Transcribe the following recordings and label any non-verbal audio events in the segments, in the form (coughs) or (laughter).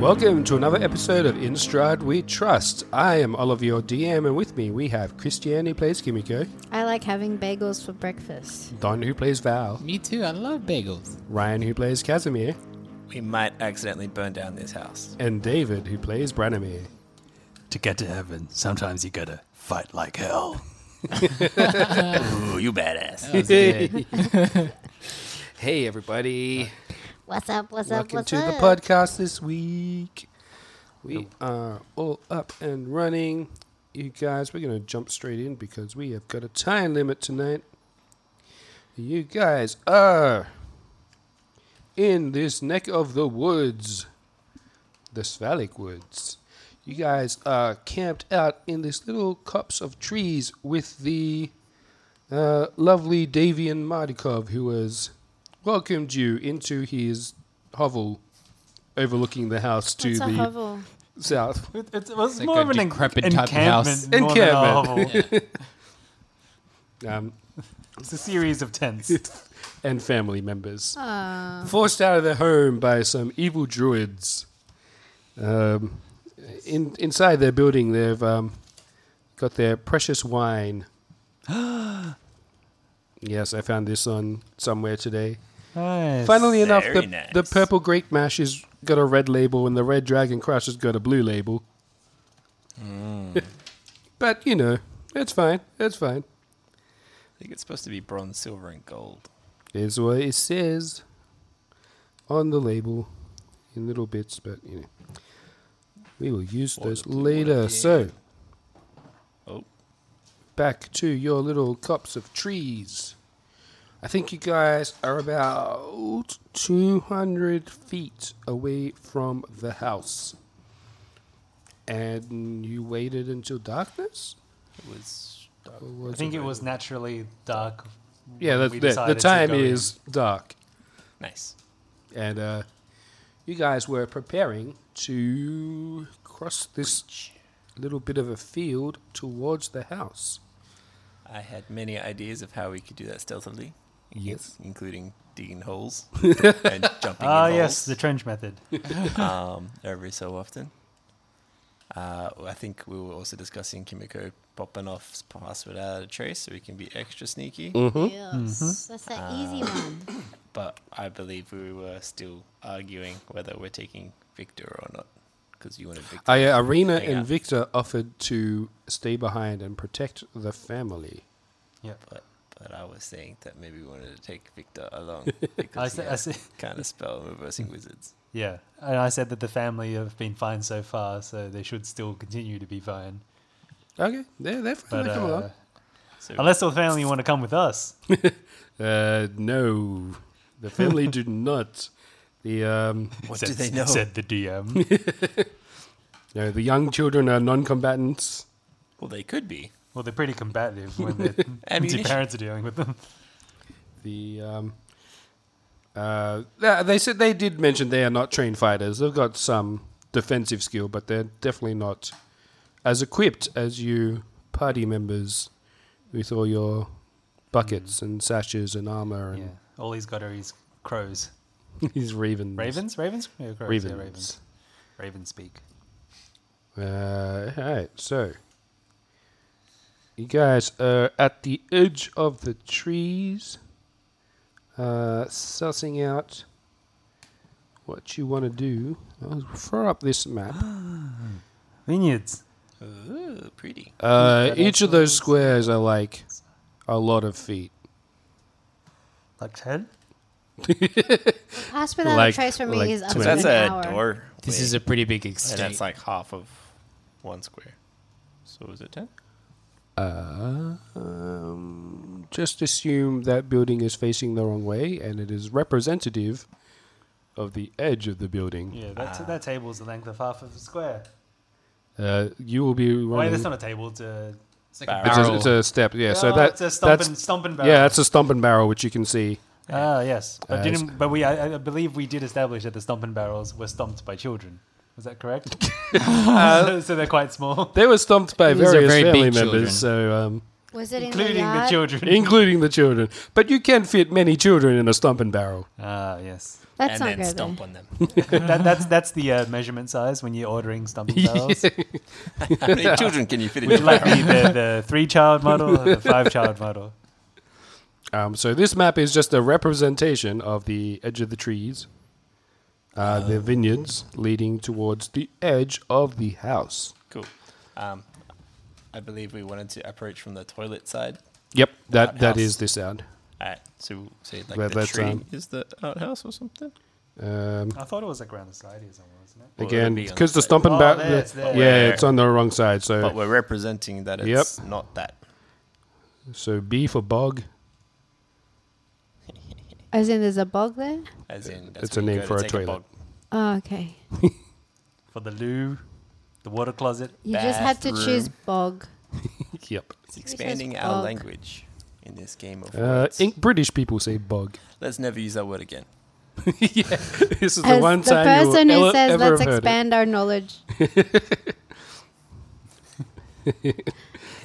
Welcome to another episode of In Stride We Trust. I am Oliver, your DM, and with me we have Christiane, who plays Kimiko, I like having bagels for breakfast. Don, who plays Val, Me too. I love bagels. Ryan, who plays Casimir, We might accidentally burn down this house. and David, who plays Branimir. To get to heaven, sometimes you gotta fight like hell. Ooh, you badass. hey, everybody. What's up? What's up? Welcome What's to up? the podcast this week. We are all up and running. You guys, we're going to jump straight in because we have got a time limit tonight. You guys are in this neck of the woods, the Svalik Woods. You guys are camped out in this little copse of trees with the uh, lovely Davian Mardikov, who has welcomed you into his hovel overlooking the house to What's a the hovel? south. It, it was like more a of an enc- decrepit type of encampment. house. more than a Encampment. hovel. Um, It's a series of tents. (laughs) and family members. Forced out of their home by some evil druids. Um, in, inside their building, they've um, got their (gasps) precious wine. yes, I found this on somewhere today. Nice. Funnily enough, very the, the nice. purple grape mash has got a red label, and the red dragon crush has got a blue label. Hmm. (laughs) but you know, it's fine. It's fine. I think it's supposed to be bronze, silver, and gold. Is what it says on the label in little bits, but you know, we will use those later. So, Oh. back to your little cups of trees. I think you guys are about 200 feet away from the house. And you waited until darkness? It was Or was I think it was naturally dark. Yeah, when that's we the, the decided to time go in. is dark. nice. and uh, you guys were preparing to cross this little bit of a field towards the house. I had many ideas of how we could do that stealthily. Yes. Including (laughs) digging holes and jumping Ah, in holes yes, the trench method. um, every so often. Uh, I think we were also discussing Kimiko popping off past without a trace so we can be extra sneaky. Yes. Mm-hmm. That's that easy one. But I believe we were still arguing whether we're taking Victor or not. Because you wanted Victor. I, uh, Arena Hang and on. Victor offered to stay behind and protect the family. Yeah. But but I was saying that maybe we wanted to take Victor along because I I see- I see. kind of spell reversing wizards. (laughs) Yeah. And I said that the family have been fine so far, so they should still continue to be fine. Okay, they're, they're fine. But they come uh, along. So unless the family want to come with us, Uh, no, the (laughs) family do not. The um, what said, do they know? said the DM. no, the young children are non-combatants. Well, they could be. Well, they're pretty combative when their (laughs) empty Ammunition. parents are dealing with them. The um, uh, th- they said they did mention they are not trained fighters. They've got some defensive skill, but they're definitely not as equipped as you party members with all your buckets and sashes and armor Yeah. and All he's got are his crows. (laughs) his ravens. Ravens? Ravens? Yeah, crows. Ravens. Yeah, ravens. Raven speak. Uh, all right, so you guys are at the edge of the trees, uh, sussing out what you want to do. I'll throw up this map. Vineyards. Ooh, pretty. Uh, each of those squares are like a lot of feet. Like 10? Ask without Like- a trace for me like is up twenty. to That's an a hour. door. This way, is a pretty big And extent. that's like half of one square. So is it 10? Um, just assume that building is facing the wrong way, and it is representative of the edge of the building. Yeah, that, that table's the length of half of a square. Uh, you will be Wait, running. that's not a table, it's a. It's like Barrel. It's a, barrel. it's a step, yeah. so Oh, that, it's a that's stomping, stomping barrel. Yeah, that's a stump and barrel, which you can see. Ah, yes, but Uh, didn't but we I, I believe we did establish that the stomping barrels were stomped by children. Was that correct? (laughs) so, so they're quite (laughs) small, They were stumped by These are various very family big members, so um, Was it in including the, the yard? children. including the children. But you can fit many children in a stump and barrel. Ah, yes. That's and not then good. stomp though. on them. That, that's that's the uh, measurement size when you're ordering stomping barrels. How many children can you fit in We'd your like the, barrel? the, the three child model or the five child model. Um, so this map is just a representation of the edge of the trees, uh, the vineyards leading towards the edge of the house. Cool. Um, I believe we wanted to approach from the toilet side. Yep, that, that house. is this sound. All right. So, so like Well, the that's, tree um, is the outhouse or something? Um, I thought it was like around the side here somewhere, wasn't it? Well, again, it'll be on because the the side. stump and Oh, barrel, there, it's yeah, there. it's on the wrong side. So But we're representing that Yep. it's not that. so B for bog. As in, there's a bog there. As in, that's It's a where you name go for to a take toilet. bog. Oh, okay. For the loo, the water closet. You just had to choose bog. Yep. It's expanding our bog. language in this game of Uh, words. in- British people say bog. Let's never use that word again. (laughs) This is the As one the time you will person who ele- says, ever "Let's have heard it." expand our (laughs) knowledge."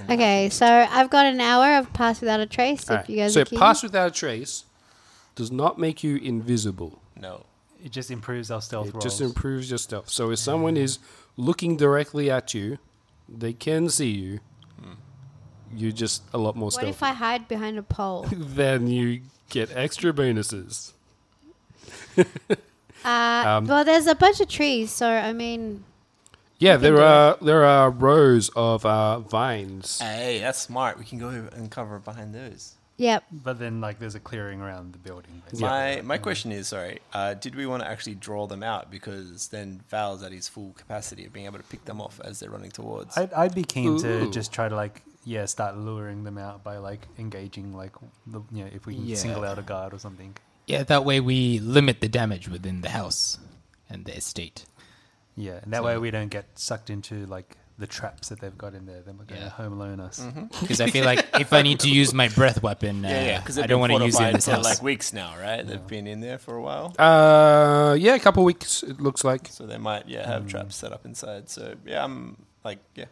okay, so I've got an hour of pass without a trace. All If right. you guys so are keen. pass without a trace does not make you invisible. No. It just improves our stealth It rolls. just improves your stealth. So if someone is looking directly at you, they can see you. You're just a lot more what if stealthy. (laughs) I hide behind a pole? then you get extra bonuses. Uh, Um, well, there's a bunch of trees, so I mean, Yeah, there are there are rows of uh, vines. Hey, that's smart. We can go and cover behind those. yep. But then, like, there's a clearing around the building. basically. My my question is, sorry, uh, did we want to actually draw them out? Because then Val's at his full capacity of being able to pick them off as they're running towards. I'd, I'd be keen to Ooh. just try to like yeah start luring them out by like engaging like the, you know if we can Yeah. single out a guard or something. Yeah, that way we limit the damage within the house and the estate. Yeah, and that way we don't get sucked into like the traps that they've got in there. Then we're going to Yeah. home alone us. Because I feel (laughs) like if I need to use my breath weapon, uh, yeah, yeah, because I don't want to use it in this for house. like weeks now, right? They've been in there for a while, Uh, yeah, a couple weeks it looks like. so they might yeah Mm. have traps set up inside. So yeah, I'm like yeah,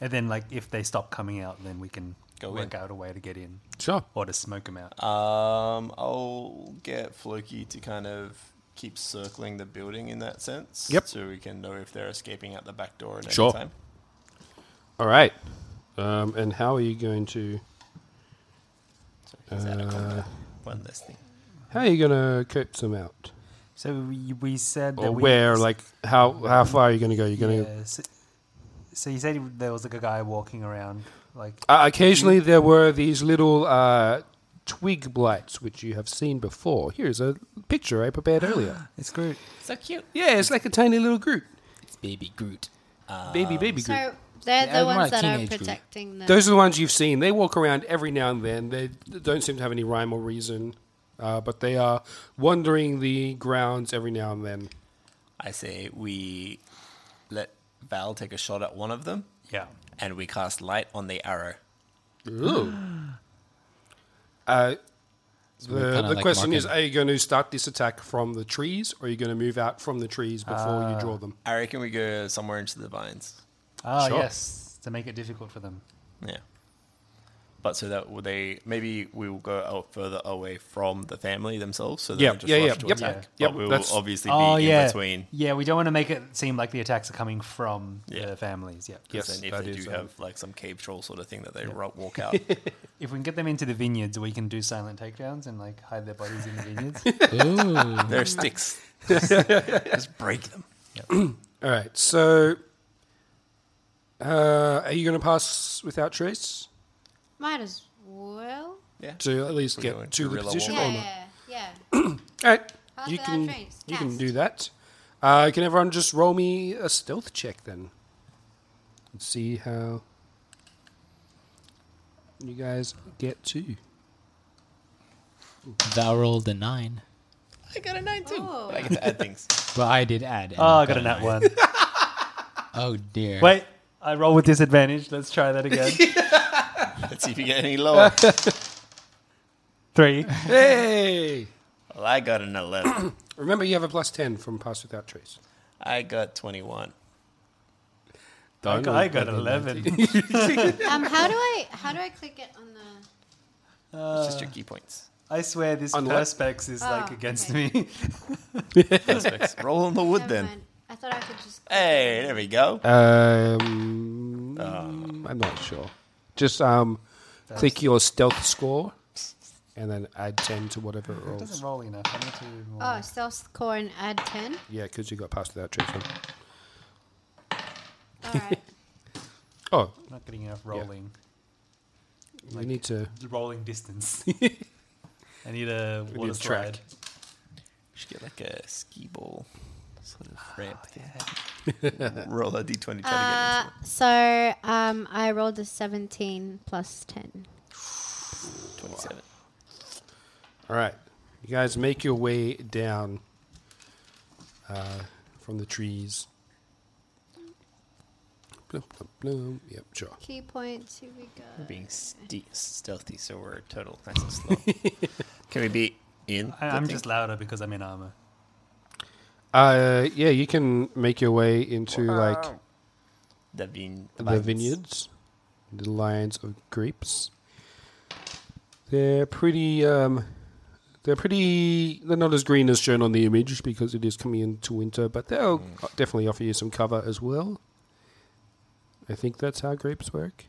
And then like if they stop coming out, then we can Go work in. out a way to get in Sure. or to smoke them out. um, I'll get Floki to kind of keep circling the building in that sense. Yep. So we can know if they're escaping out the back door at Sure. any time. All right. Um, and how are you going to? So he's Uh, out of combat. One less thing. How are you going to cope them out? so we, we said that or we, where, like how how far are you going to go? You're going to yeah, so, so you said there was like a guy walking around like uh, occasionally there were these little uh, twig blights which you have seen before. Here's a picture I prepared (gasps) earlier. it's Groot. so cute. yeah, it's like a tiny little Groot, It's baby Groot. baby baby Groot. So they're Yeah, the more ones like that are teenage group. protecting the. Those are the ones you've seen. They walk around every now and then. They don't seem to have any rhyme or reason, uh, but they are wandering the grounds every now and then. I say we let Val take a shot at one of them. Yeah, and we cast light on the arrow. Ooh. Uh, we the kinda the like question mark is: it. Are you going to start this attack from the trees, or are you going to move out from the trees before you Uh. draw them? I reckon we go somewhere into the vines. Ah, Sure. yes, to make it difficult for them. Yeah. But so that will they maybe we will go out further away from the family themselves, so they're Yeah, just yeah, rushed yeah, to yep, attack. yep, but we will that's- obviously be oh in yeah, between. yeah. We don't want to make it seem like the attacks are coming from Yeah. the families. Yeah. Yes, and if that they is, do um, have like some cave troll sort of thing that they ru walk (laughs) out, (laughs) If we can get them into the vineyards, we can do silent takedowns and like hide their bodies in the vineyards. there are (laughs) sticks. just, just break them. All right. So, uh, are you going to pass without trace Might as well. Yeah. to at least We're going get to the guerrilla position? walk. Or Yeah, not? yeah, yeah. All right. Pass You without can trace. you can Cast. do that. Uh, can everyone just roll me a stealth check then? And see how you guys get to. Thou rolled a nine. I got a nine too. Oh. But I get to add things. But I did add. and oh, I got a a nat nine. one. Oh dear. Wait, I roll with disadvantage. Let's try that again. (laughs) Let's see if you get any lower. (laughs) Three. Hey! Well, I got an eleven. Remember, you have a plus ten from pass without trace. I got twenty-one. I got, I got eleven. Um, how do I how do I click it on the? it's just your key points. (laughs) I swear this Unlike- perspex is like Oh, against okay. me. (laughs) Aspects. Roll on the wood Never then. mind. I thought I could just. Hey, there we go. Um, I'm not sure. Just um, click your stealth score, and then add ten to whatever it it rolls. doesn't roll enough. I need to. Roll. Oh, stealth score and add (laughs) ten. Yeah, because you got past that trace. one. All right. Oh, I'm not getting enough rolling. you need to. Rolling distance. (laughs) I need a water a slide. track. should get like a skee ball sort of ramp. thing. Roll a d20 try to get into Uh, so um, I rolled a seventeen plus ten. 27. All right, you guys make your way down uh, from the trees. Blum, blum, blum. Yep, sure. Key points. Here we go. Being ste- stealthy, so we're total nice and (laughs) slow. Can we be in? I, I'm just louder because I'm in armor. Uh, yeah, you can make your way into like the vine. the vineyards, the lines of grapes. They're pretty. Um, they're pretty. They're not as green as shown on the image because it is coming into winter, but they'll Mm. definitely offer you some cover as well. I think that's how grapes work.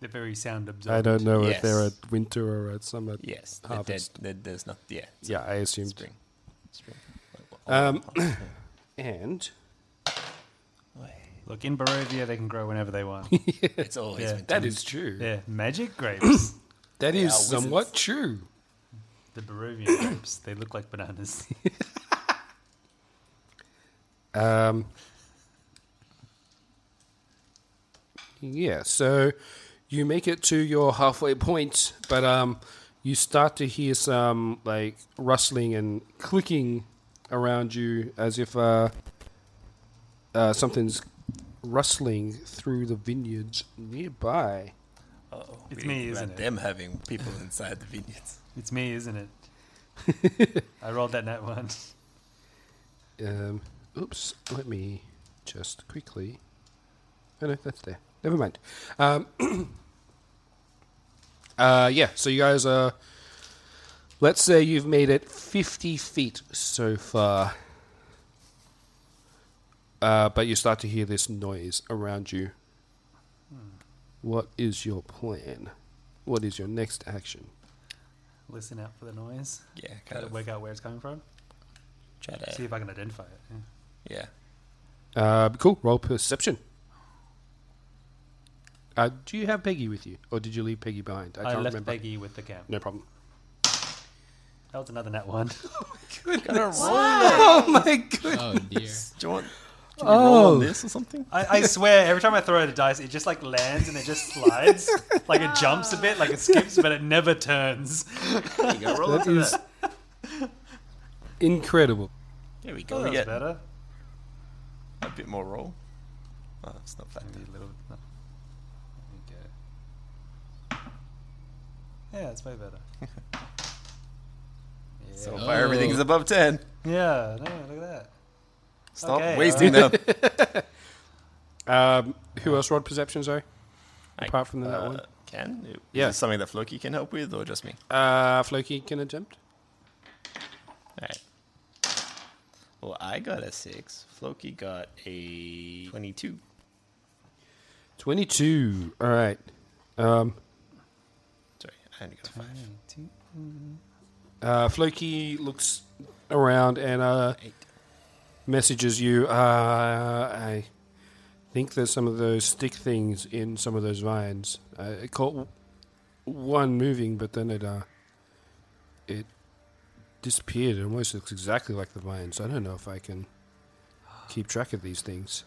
They're very sound I absorbed. don't know if Yes. they're a winter or a summer. Yes, the dead, harvest. the, there's not. Yeah, it's Yeah, I assumed. spring. Spring. (coughs) Oh, Um, and Look, in Barovia, they can grow whenever (laughs) they want. It's always Yeah. winter. that is true. yeah, (coughs) magic grapes. That They is are wizards. somewhat true. the Barovian grapes. They look (laughs) like bananas. Um, yeah, so you make it to your halfway point, but um, you start to hear some like rustling and clicking around you as if uh, uh, something's rustling through the vineyards nearby. Uh-oh. It's We me, didn't isn't plan it? Them having people inside the vineyards. it's me, isn't it? (laughs) I rolled that net one. Um, oops, let me just quickly. Oh no, that's there. Never mind. Um, (clears throat) uh, yeah, so you guys are. Let's say you've made it 50 feet so far. Uh, but you start to hear this noise around you. What is your plan? What is your next action? Listen out for the noise. Yeah, Try kind to of. work out where it's coming from. Try to. See if I can identify it. yeah. Yeah. Uh, cool. Roll perception. Uh, do you have Peggy with you, or did you leave Peggy behind? I, I, can't left remember. Peggy with the camp. No problem. That was another (laughs) net one. Oh my god! Oh dear. Do you want? Can oh. roll on this or something? I, I swear, every time I throw out a dice, it just like lands and it just slides. (laughs) like it jumps a bit, like it skips, but it never turns. Oh, You gotta roll into that. Incredible. There we Oh, go. we that's get better. a bit more roll. No, it's not flat. Maybe a little. No. Let me get it. Yeah, it's way better. So far, everything's Oh. above 10. Yeah, no, look at that. Stop Okay, wasting them. (laughs) Um, who else rolled perception, sorry? I- Apart from that uh, one. Can? Is Yeah. yeah. something that Floki can help with or just me? Uh, Floki can attempt. Alright. Well, I got a 6. Floki got a 22. 22. All right. Um, Sorry, I only got a 5. uh, Floki looks around and uh, messages you. Uh, I think there's some of those stick things in some of those vines. Uh, it caught w- one moving, but then it uh, it disappeared. It almost looks exactly like the vines. I don't know if I can keep track of these things.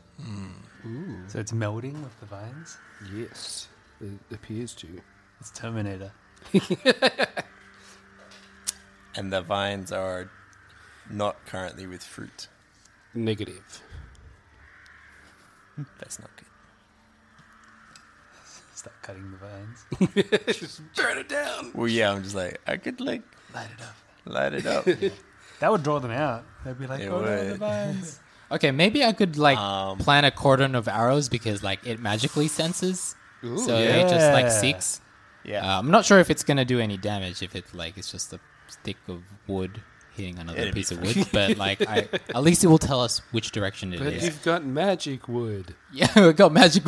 So it's melding with the vines. Yes, it appears to. It's Terminator. And the vines are not currently with fruit. Negative. That's not good. Start cutting the vines. (laughs) Well, yeah, I'm just like, I could, like, Light it up. light it (laughs) up. yeah, That would draw them out. They'd be like, It oh no, the would. (laughs) vines. Okay, maybe I could like Um, plan a cordon of arrows because like it magically senses, so it just yeah. like seeks. Uh, I'm not sure if it's gonna do any damage if it like it's just a stick of wood hitting another It'd be piece of wood, (laughs) but like I, at least it will tell us which direction it But is. you've got magic wood. (laughs) Yeah, we got magic.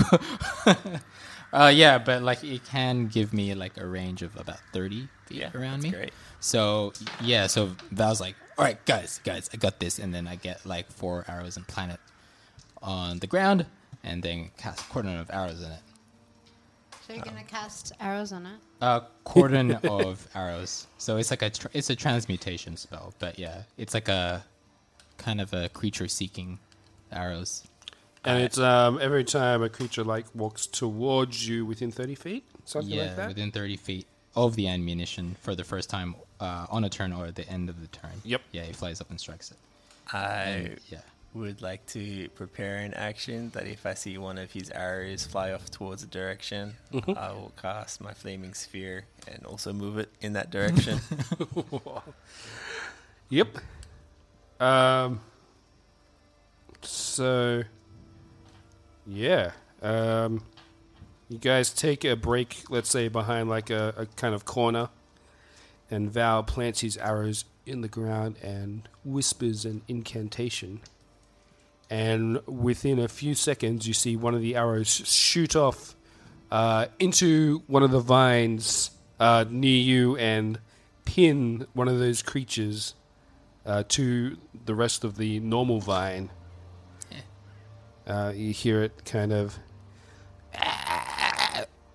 (laughs) uh, yeah, but like it can give me like a range of about thirty feet Yeah, around that's me. great. So yeah, so Val's like, all right, guys, guys, I got this, and then I get like four arrows and planet on the ground, and then cast cordon of arrows in it. So you're gonna cast arrows on it. Uh, cordon (laughs) of arrows. So it's like a tr it's a transmutation spell, but yeah, it's like a kind of a creature seeking arrows. And it's um, every time a creature like walks towards you within thirty feet, something yeah, like that. within 30 feet of the ammunition for the first time uh, on a turn or at the end of the turn. Yep. Yeah, he flies up and strikes it. (laughs) I Yeah. would like to prepare an action that if I see one of his arrows fly off towards a direction, Mm-hmm. I will cast my flaming sphere and also move it in that (laughs) direction. Yep. Um. So. Yeah. Um. You guys take a break, let's say behind like a, a kind of corner, and Val plants his arrows in the ground and whispers an incantation. And within a few seconds, you see one of the arrows shoot off uh, into one of the vines uh, near you and pin one of those creatures uh, to the rest of the normal vine. Uh, you hear it kind of.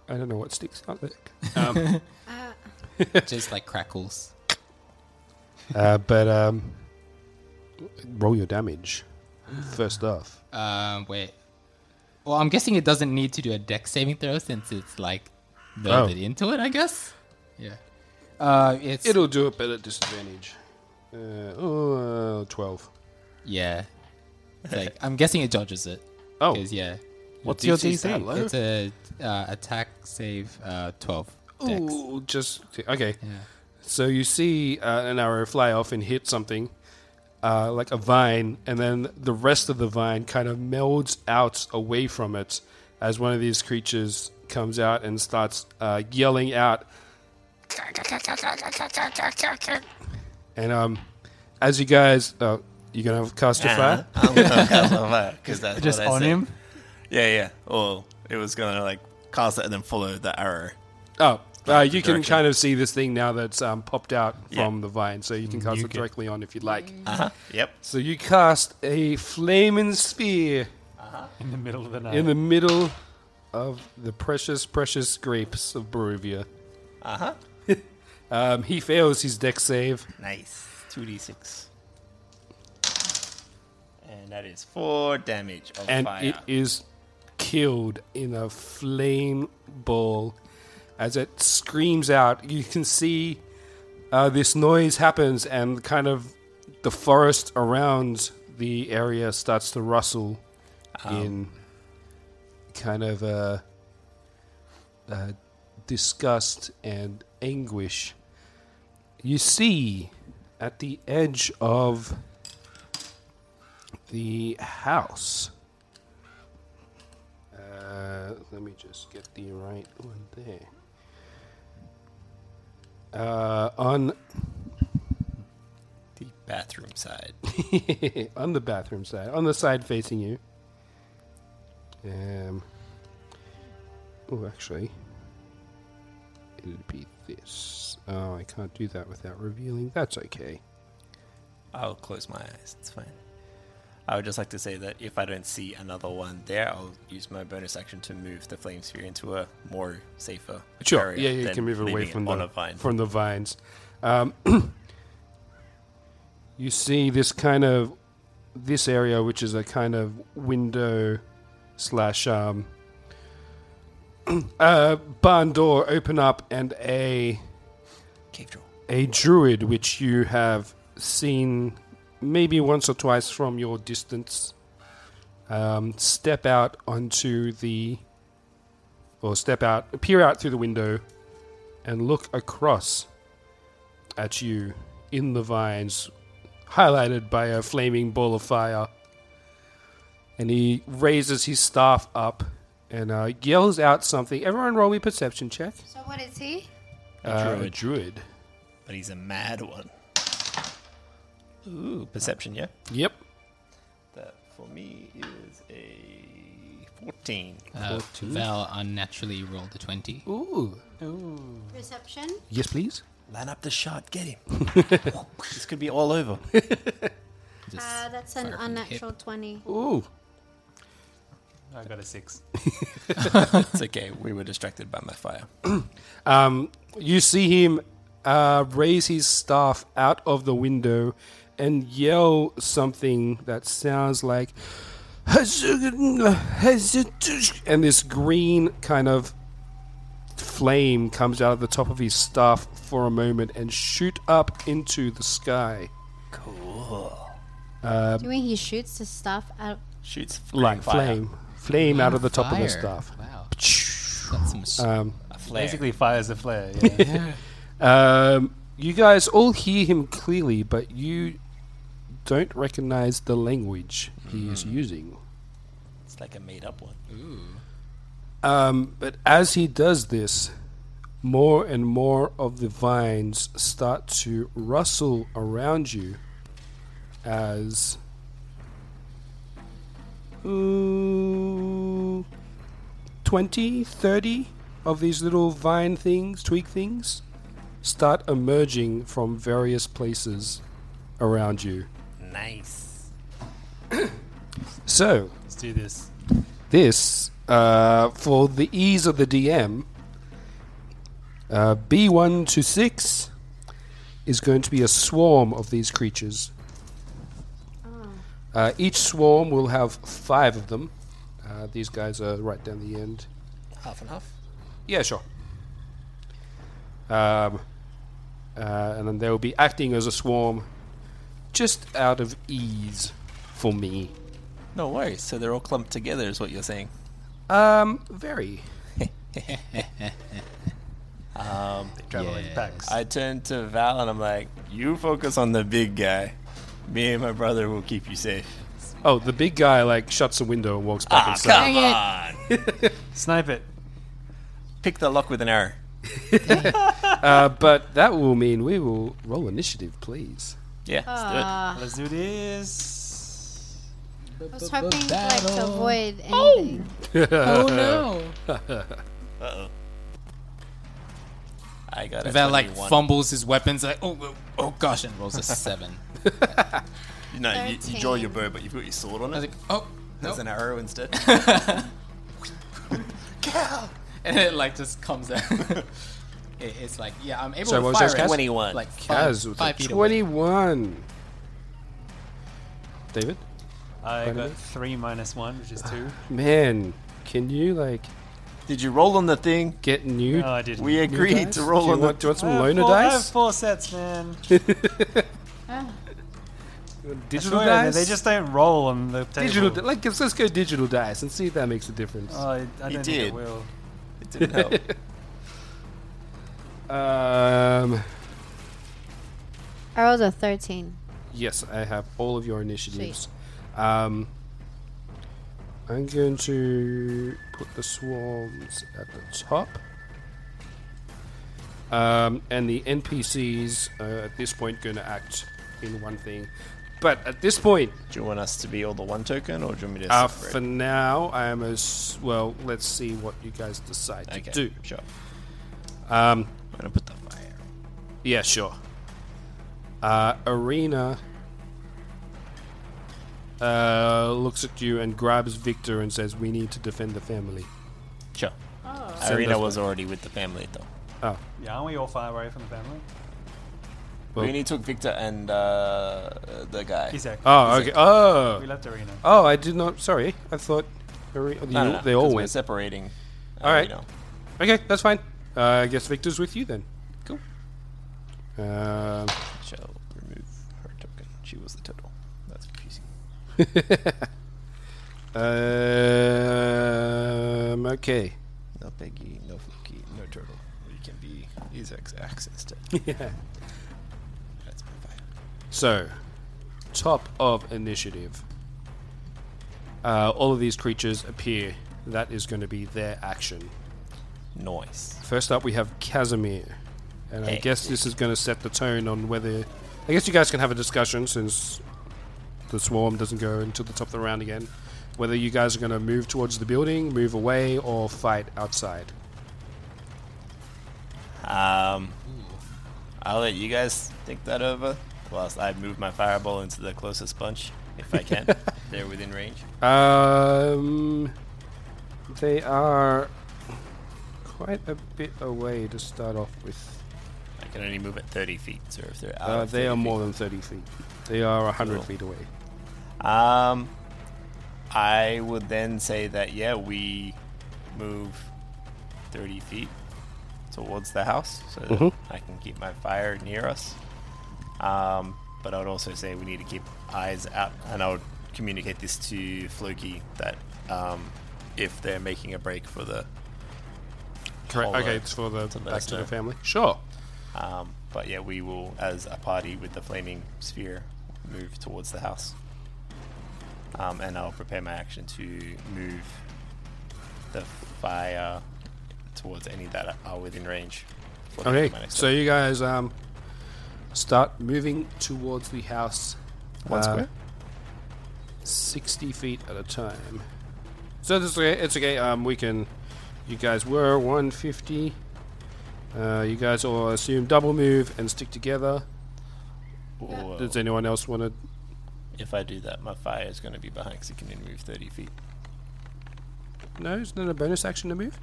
I don't know what sticks out there. Um, Just like crackles. uh, but um, roll your damage first off. Um, wait. Well, I'm guessing it doesn't need to do a deck saving throw since it's like welded into it, I guess. Yeah. Uh, it's It'll do it, but at disadvantage. Uh, oh, uh, 12. (laughs) yeah. It's like I'm guessing it dodges it. Oh. 'Cause, yeah. What's your DC 's that low? It's a uh, attack save uh, 12 dex. Ooh, just okay. So you see uh, an arrow fly off and hit something, uh, like a vine, and then the rest of the vine kind of melds out away from it as one of these creatures comes out and starts uh, yelling out. And um, as you guys, uh, you gonna have cast your fire. Because that's Just what I on said. him. Yeah, yeah. Well, it was gonna like cast it and then follow the arrow. Oh, uh, you the can direction. kind of see this thing now that's um, popped out Yeah. from the vine, so you can cast it directly on if you'd like. Yep. So you cast a flaming spear In the middle of the night. in the middle of the precious, precious grapes of Barovia. Uh huh. (laughs) um, he fails his deck save. Nice. Two d six. And that is four damage of and fire. it is killed in a flame ball as it screams out you can see uh, this noise happens and kind of the Um. forest around the area starts to rustle in kind of uh, uh, disgust and anguish, you see at the edge of the house. Uh, let me just get the right one there. Uh, on (laughs) The bathroom side. on the bathroom side, on the side facing you. Um. Oh, actually, it'd be this. Oh, I can't do that without revealing. That's okay. I'll close my eyes. It's fine. I would just like to say that if I don't see another one there, I'll use my bonus action to move the flame sphere into a more safer Sure. area Yeah, yeah, you than can move away leaving it from on the a vine. from the vines. Um, (clears throat) you see this kind of this area, which is a kind of window slash um, (clears throat) uh, barn door, open up, and a Cave draw. a druid which you have seen maybe once or twice from your distance um, step out onto the or step out peer out through the window and look across at you in the vines highlighted by a flaming ball of fire and he raises his staff up and uh, yells out something everyone roll me perception check So what is he? Uh, druid. druid But he's a mad one. Ooh, perception, yeah? yep That for me is a 14. Uh, Val unnaturally rolled a 20. ooh Reception. yes please Line up the shot, get (laughs) him. this could be all over. Just Uh, that's an fire from the hip. unnatural twenty. Ooh. I got (laughs) a six. it's okay, we were distracted by my fire. Um, you see him uh, raise his staff out of the window and yell something that sounds like and this green kind of flame comes out of the top of his staff for a moment and shoot up into the sky. Do you mean he shoots the stuff out? Shoots free Like fire. flame. Flame out of the top of the Fire. staff. Wow. Got some s- A flare. Basically, fires a flare. (laughs) Yeah. Um, you guys all hear him clearly, but you don't recognize the language he is using. It's like a made up one. Um, but as he does this, more and more of the vines start to rustle around you as. Ooh, 20, 30 of these little vine things, twig things, start emerging from various places around you. Nice. So, Let's do this. this uh, for the ease of the DM. Uh, B1 to 6 is going to be a swarm of these creatures. Uh, each swarm will have five of them. Uh, these guys are right down the end. Half and half. Yeah, sure. Um, uh, and then they'll be acting as a swarm just out of ease for me. No worries. So they're all clumped together, is what you're saying. Um, very. They travel in packs. I turn to Val and I'm like, you focus on the big guy. Me and my brother will keep you safe. Oh, the big guy like shuts a window and walks back inside. Ah, Come on! Snipe it. (laughs) Pick the lock with an arrow. Uh, but that will mean we will roll initiative, please. Yeah, Ah. let's Let's do this. I was hoping like to avoid anything. Oh no! do it. I got it. Uh, Val like fumbles his weapons, like oh oh, oh gosh, and rolls a seven. No, you, you draw your Thirteen. bow, but you've got your sword on I was it. like oh There's nope. an arrow instead. (laughs) (laughs) and it like just comes out. (laughs) it, it's like yeah, I'm able So to what was fire that, it, Kaz? 21. Like five, Kaz with five a feet away. twenty-one. David, I got three minus one, which is two. man, can you like Did you roll on the thing? get new? No, I didn't. We new agreed dice? to roll do you on the want, do you want some (laughs) I have loner four- I have dice? four sets, man. Digital swear, they- dice? They just don't roll on the table. digital, di- like let's, let's go digital dice and see if that makes a difference. Oh, I, I He don't think did. it will. It (laughs) didn't (laughs) help. Um, I rolled a 13. yes, I have all of your initiatives. Um, I'm going to put the swarms at the top. Um, and the NPCs are at this point going to act in one thing. But at this point, do you want us to be all the one token, or do you want me to uh, separate? for now, I am as well. Let's see what you guys decide to okay, do. sure. Um, I'm gonna put the fire. Yeah, sure. Uh, Arena uh, looks at you and grabs Victor and says, "We need to defend the family." Sure. Send us Irina was already with the family though. Oh, Yeah, aren't we all far away from the family? Well- we only took Victor and uh, the guy. Isaac. oh, okay. Oh, We left Arena. oh, I did not. Sorry, I thought Are- No, no, you- no, they all 'cause We're went. separating. Uh, All right. Irina. Okay, that's fine. Uh, I guess Victor's with you then. Cool. Um, Shall remove her token. She was the total. That's confusing. um, okay. No Peggy, no Fluky, no turtle. We can be Isaac's axe instead. (laughs) Yeah. That's my fire. So, top of initiative. Uh, all of these creatures appear. That is going to be their action. Noise. First up, we have Casimir. And I Hey. guess this is going to set the tone on whether. I guess you guys can have a discussion since the swarm doesn't go until the top of the round again. Whether you guys are going to move towards the building, move away, or fight outside. Um, I'll let you guys think that over. Whilst I move my fireball into the closest bunch, if I (laughs) can. They're within range. Um, they are quite a bit away to start off with. I can only move at 30 feet, so if they're out, Uh, of they 30 are feet- more than 30 feet. They are 100 Cool. feet away. Um, I would then say that yeah, we move thirty feet towards the house so that I can keep my fire near us. Um, but I would also say we need to keep eyes out, and I would communicate this to Floki that um, if they're making a break for the. Correct. All Okay, right. it's for the To let back us to the know. family. Sure. Um, but yeah, we will, as a party with the flaming sphere, move towards the house. Um, and I'll prepare my action to move the fire towards any that are within range. for the- Okay, my next so turn. you guys um start moving towards the house. uh, One square? 60 feet at a time. So this is okay. It's okay. Um, we can. You guys were 150. Uh, you guys all assume double move and stick together. Whoa. Does anyone else want to? if I do that, my fire is going to be behind because it can only move 30 feet. No, isn't it a bonus action to move?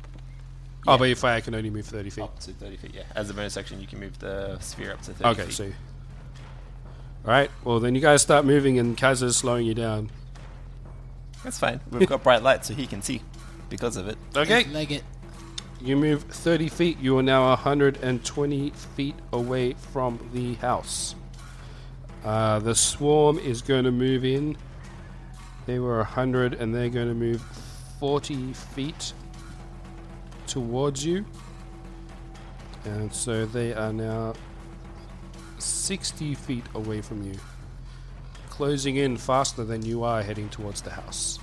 Oh, but your fire can only move 30 feet. Up to 30 feet, yeah. As a bonus action, you can move the sphere up to 30 Okay, feet. so. Alright, well, then you guys start moving, and Kaz is slowing you down. That's fine. We've got bright light so he can see because of it. Okay. Leg it. You move 30 feet. You are now 120 feet away from the house. Uh, the swarm is going to move in. They were 100, and they're going to move 40 feet towards you. And so they are now 60 feet away from you, closing in faster than you are heading towards the house.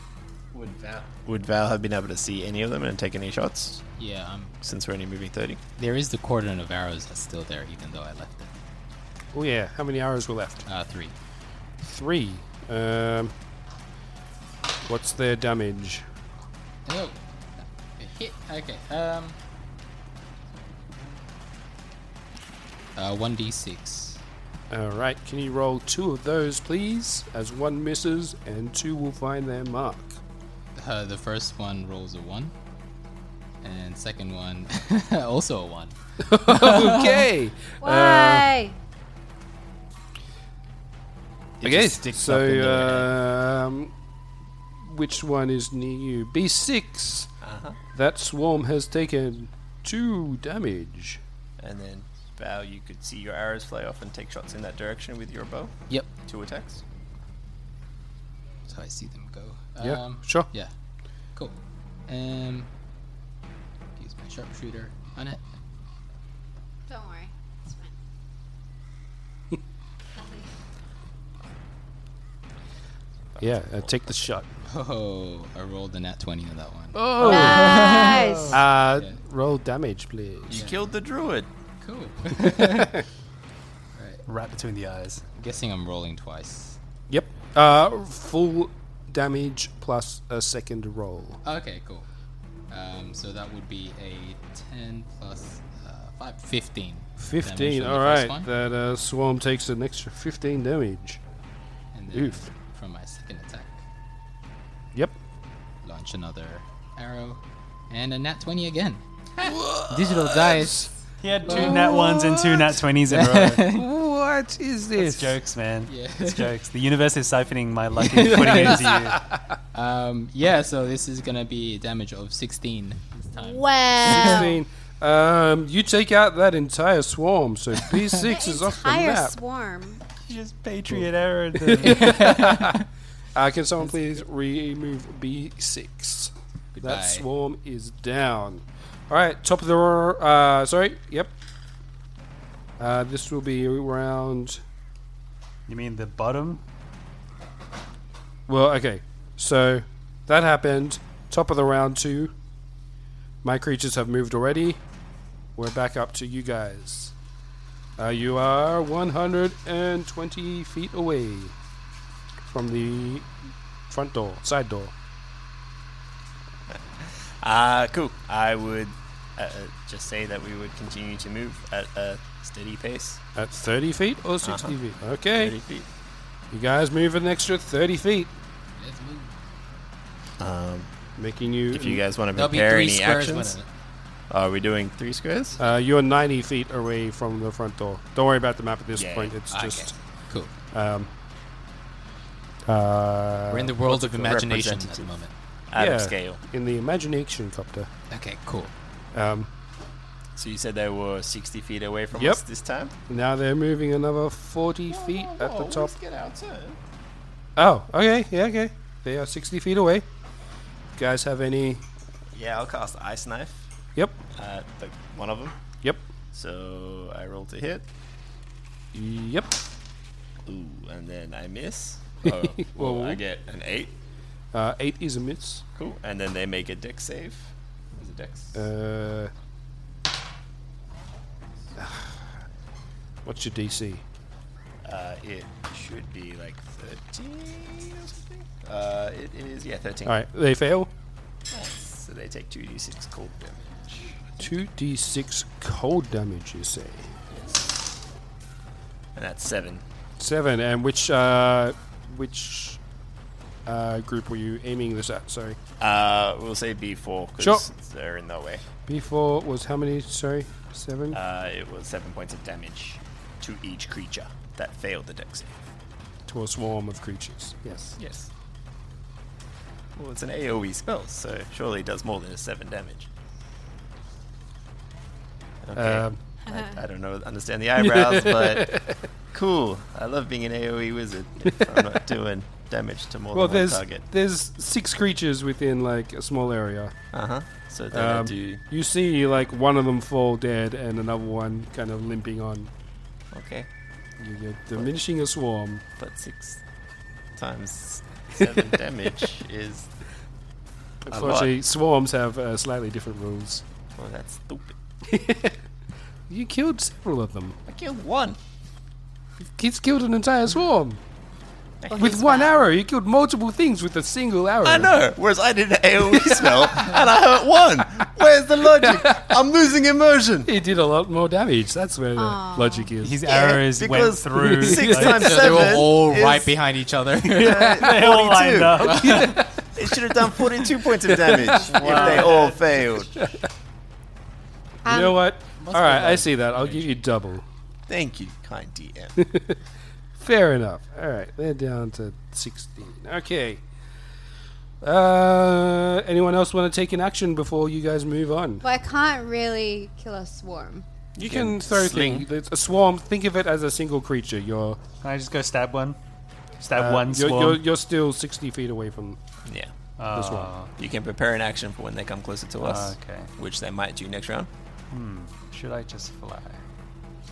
Would Val, would Val have been able to see any of them and take any shots? Yeah, um, since we're only moving 30. there is the cordon of arrows that's still there, even though I left it. Oh, yeah. How many arrows were left? Uh, three. Three. Um, what's their damage? Oh, hit. Okay. Um. Uh, one d six. All right. Can you roll two of those, please? As one misses and two will find their mark. Uh, the first one rolls a one, and second one (laughs) also a one. Okay. Why? okay. just sticks So, up in their um, which one is near you? B six. That swarm has taken two damage. And then Val, you could see your arrows fly off and take shots in that direction with your bow. Yep. Two attacks. so I see them go. Yeah, Um, sure. Yeah. Cool. Um, use my sharpshooter on it. Don't worry. It's fine. Yeah, uh, take the shot. Oh, I rolled a nat 20 on that one. Oh, Nice. uh, roll damage, please. You killed the druid. Cool. (laughs) Right between the eyes. I'm guessing I'm rolling twice. Yep. Uh, full damage plus a second roll. Okay, cool. Um, so that would be a 10 plus uh, 5, 15. damage 15. on All the first right. one. That uh, swarm takes an extra 15 damage. and then Oof. from my second attack, Yep. launch another arrow. And a nat 20 again. Digital dice. He had two nat ones and two nat twenties in a row. What is this? It's jokes, man. Yeah. It's jokes. The universe is siphoning my luck and putting it into you. Um, yeah, so this is gonna be damage of 16 this time. Wow. 16. Um, you take out that entire swarm, (laughs) so B6 is off the Entire map. swarm. Just Patriot error. The Uh, can someone please remove B6? Goodbye. That swarm is down. All right, top of the ro- uh, sorry, yep. Uh, this will be round. You mean the bottom? Well, okay, so that happened. Top of the round two. My creatures have moved already. We're back up to you guys. Uh, you are 120 feet away from the front door, side door. Ah, Uh, cool. I would uh, uh, just say that we would continue to move at a steady pace. At 30 feet or 60 Uh-huh. feet? Okay. 30 feet. You guys move an extra 30 feet, Let's move. making you. If you guys want to There'll be prepare three any squares. actions, wouldn't are we doing three squares? Uh, you're 90 feet away from the front door. Don't worry about the map at this Yeah, Ah, point. yeah. It's it? just. Ah, Okay, cool. Uh, We're in the world of imagination at the representative. moment. Out yeah, of scale. In the imagination copter. Okay, cool. Um, So you said they were 60 feet away from Yep. us this time? now they're moving another 40 feet at the top. get outside. Oh, okay. Yeah, okay. They are 60 feet away. guys have any. Yeah, I'll cast Ice Knife Yep. at the, one of them. Yep. So I roll to hit. Yep. Ooh, and then I (laughs) miss. Oh, well, I get an 8. Uh, 8 is a miss. Cool. And then they make a dex save. Is it dex? Uh, (sighs) what's your DC? Uh, it should be like 13 or something. Uh, it is, yeah, 13. All right, they fail. So they take 2d6 cold damage. 2d6 cold damage, you say. And that's 7. Seven, and which uh, which uh, group were you aiming this at? Sorry, Uh, we'll say b4 because Sure. they're in their way. B4 was how many? Sorry, seven. Uh, it was 7 points of damage to each creature that failed the dex save. to a swarm of creatures. Yes. Yes. Well, it's an AoE spell, so surely it does more than a 7 damage. Okay. Um, (laughs) I, I don't know, understand the (laughs) eyebrows, but cool. I love being an AoE wizard if I'm (laughs) not doing damage to more well, than one there's target. there's six creatures within like a small area. Uh huh. So then I Um, do. you see like one of them fall dead and another one kind of limping on. Okay. You- You're diminishing a swarm. But six times seven (laughs) damage is. A lot. Unfortunately, swarms have uh, slightly different rules. Well, that's stupid. You killed several of them. I killed one. He's killed an entire swarm. With one arrow, you killed multiple things with a single arrow. I know. Whereas I did an (laughs) AoE spell and I hurt one. Where's the logic? I'm losing immersion. He did a lot more damage. That's where the logic is. His arrows went because through. six (laughs) times (laughs) So they were Seven all is- uh, right behind each (laughs) other. They all lined up. It should have done 42 points of (laughs) damage if they all failed. you um, know what? All right, I see that. I'll give you double. Thank you, kind (laughs) DM. Fair enough. All right, they're down to 16. Okay. Uh, anyone else want to take an action before you guys move on? But I can't really kill a swarm. You can throw sling. things. It's a swarm. Think of it as a single creature. You're Can I just go stab one? Stab Uh, one You're, swarm. you're, you're still sixty feet away from. Yeah. Uh. the swarm. You can prepare an action for when they come closer to us. Okay. Which they might do next round. Hmm. Should I just fly?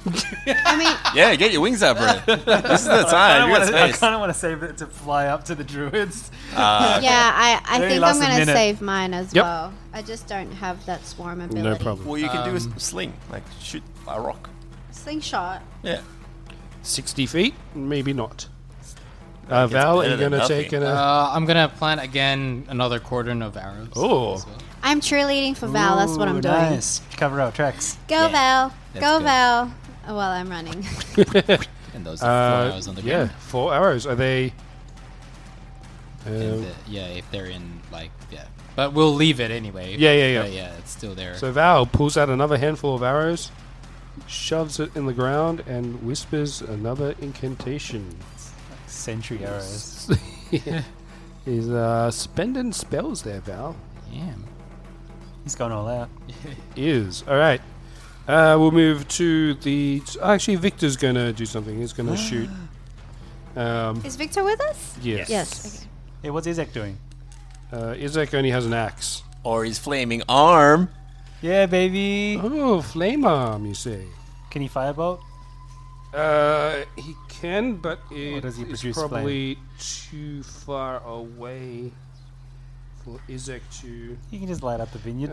I mean, Yeah, get your wings up, Brennan. (laughs) this is the I time. You kinda got wanna- I space. kind of want to save it to fly up to the druids. Ah, yeah, I, I It only think I'm lasts a going to minute. save mine as Yep. well. I just don't have that swarm ability. Well, you can do a s- Um, sling, like shoot a rock. Slingshot. Yeah. Sixty feet, maybe not. Uh, Val, are you going to take an? Uh, Uh, I'm gonna plant again another cordon of arrows. Oh. I'm cheerleading for Val. Ah, That's what I'm doing. Nice. Cover our tracks. Go, Yeah. Val. That's Go, good. Val. Oh, well, I'm running. (laughs) and those are four uh, arrows on the yeah, ground. four arrows. Are they? And Um, the- yeah, if they're in like yeah, but we'll leave it anyway. Yeah, yeah, yeah. But yeah, it's still there. So Val pulls out another handful of arrows, shoves it in the ground, and whispers another incantation. Sentry arrows. He's uh, spending spells there, Val. Yeah. He's gone all out. Is all right. Uh, we'll move to the. Actually, Victor's going to do something. He's (gasps) going to shoot. Um, Is Victor with us? Yes. Yes. Hey, what's Izek doing? uh, Isaac only has an axe. Or his flaming arm. Yeah, baby. Oh, flame arm, you say? Can he firebolt? Uh, he can, but it does he is produce flame? probably too far away for Isaac to. He can just light up the vineyard.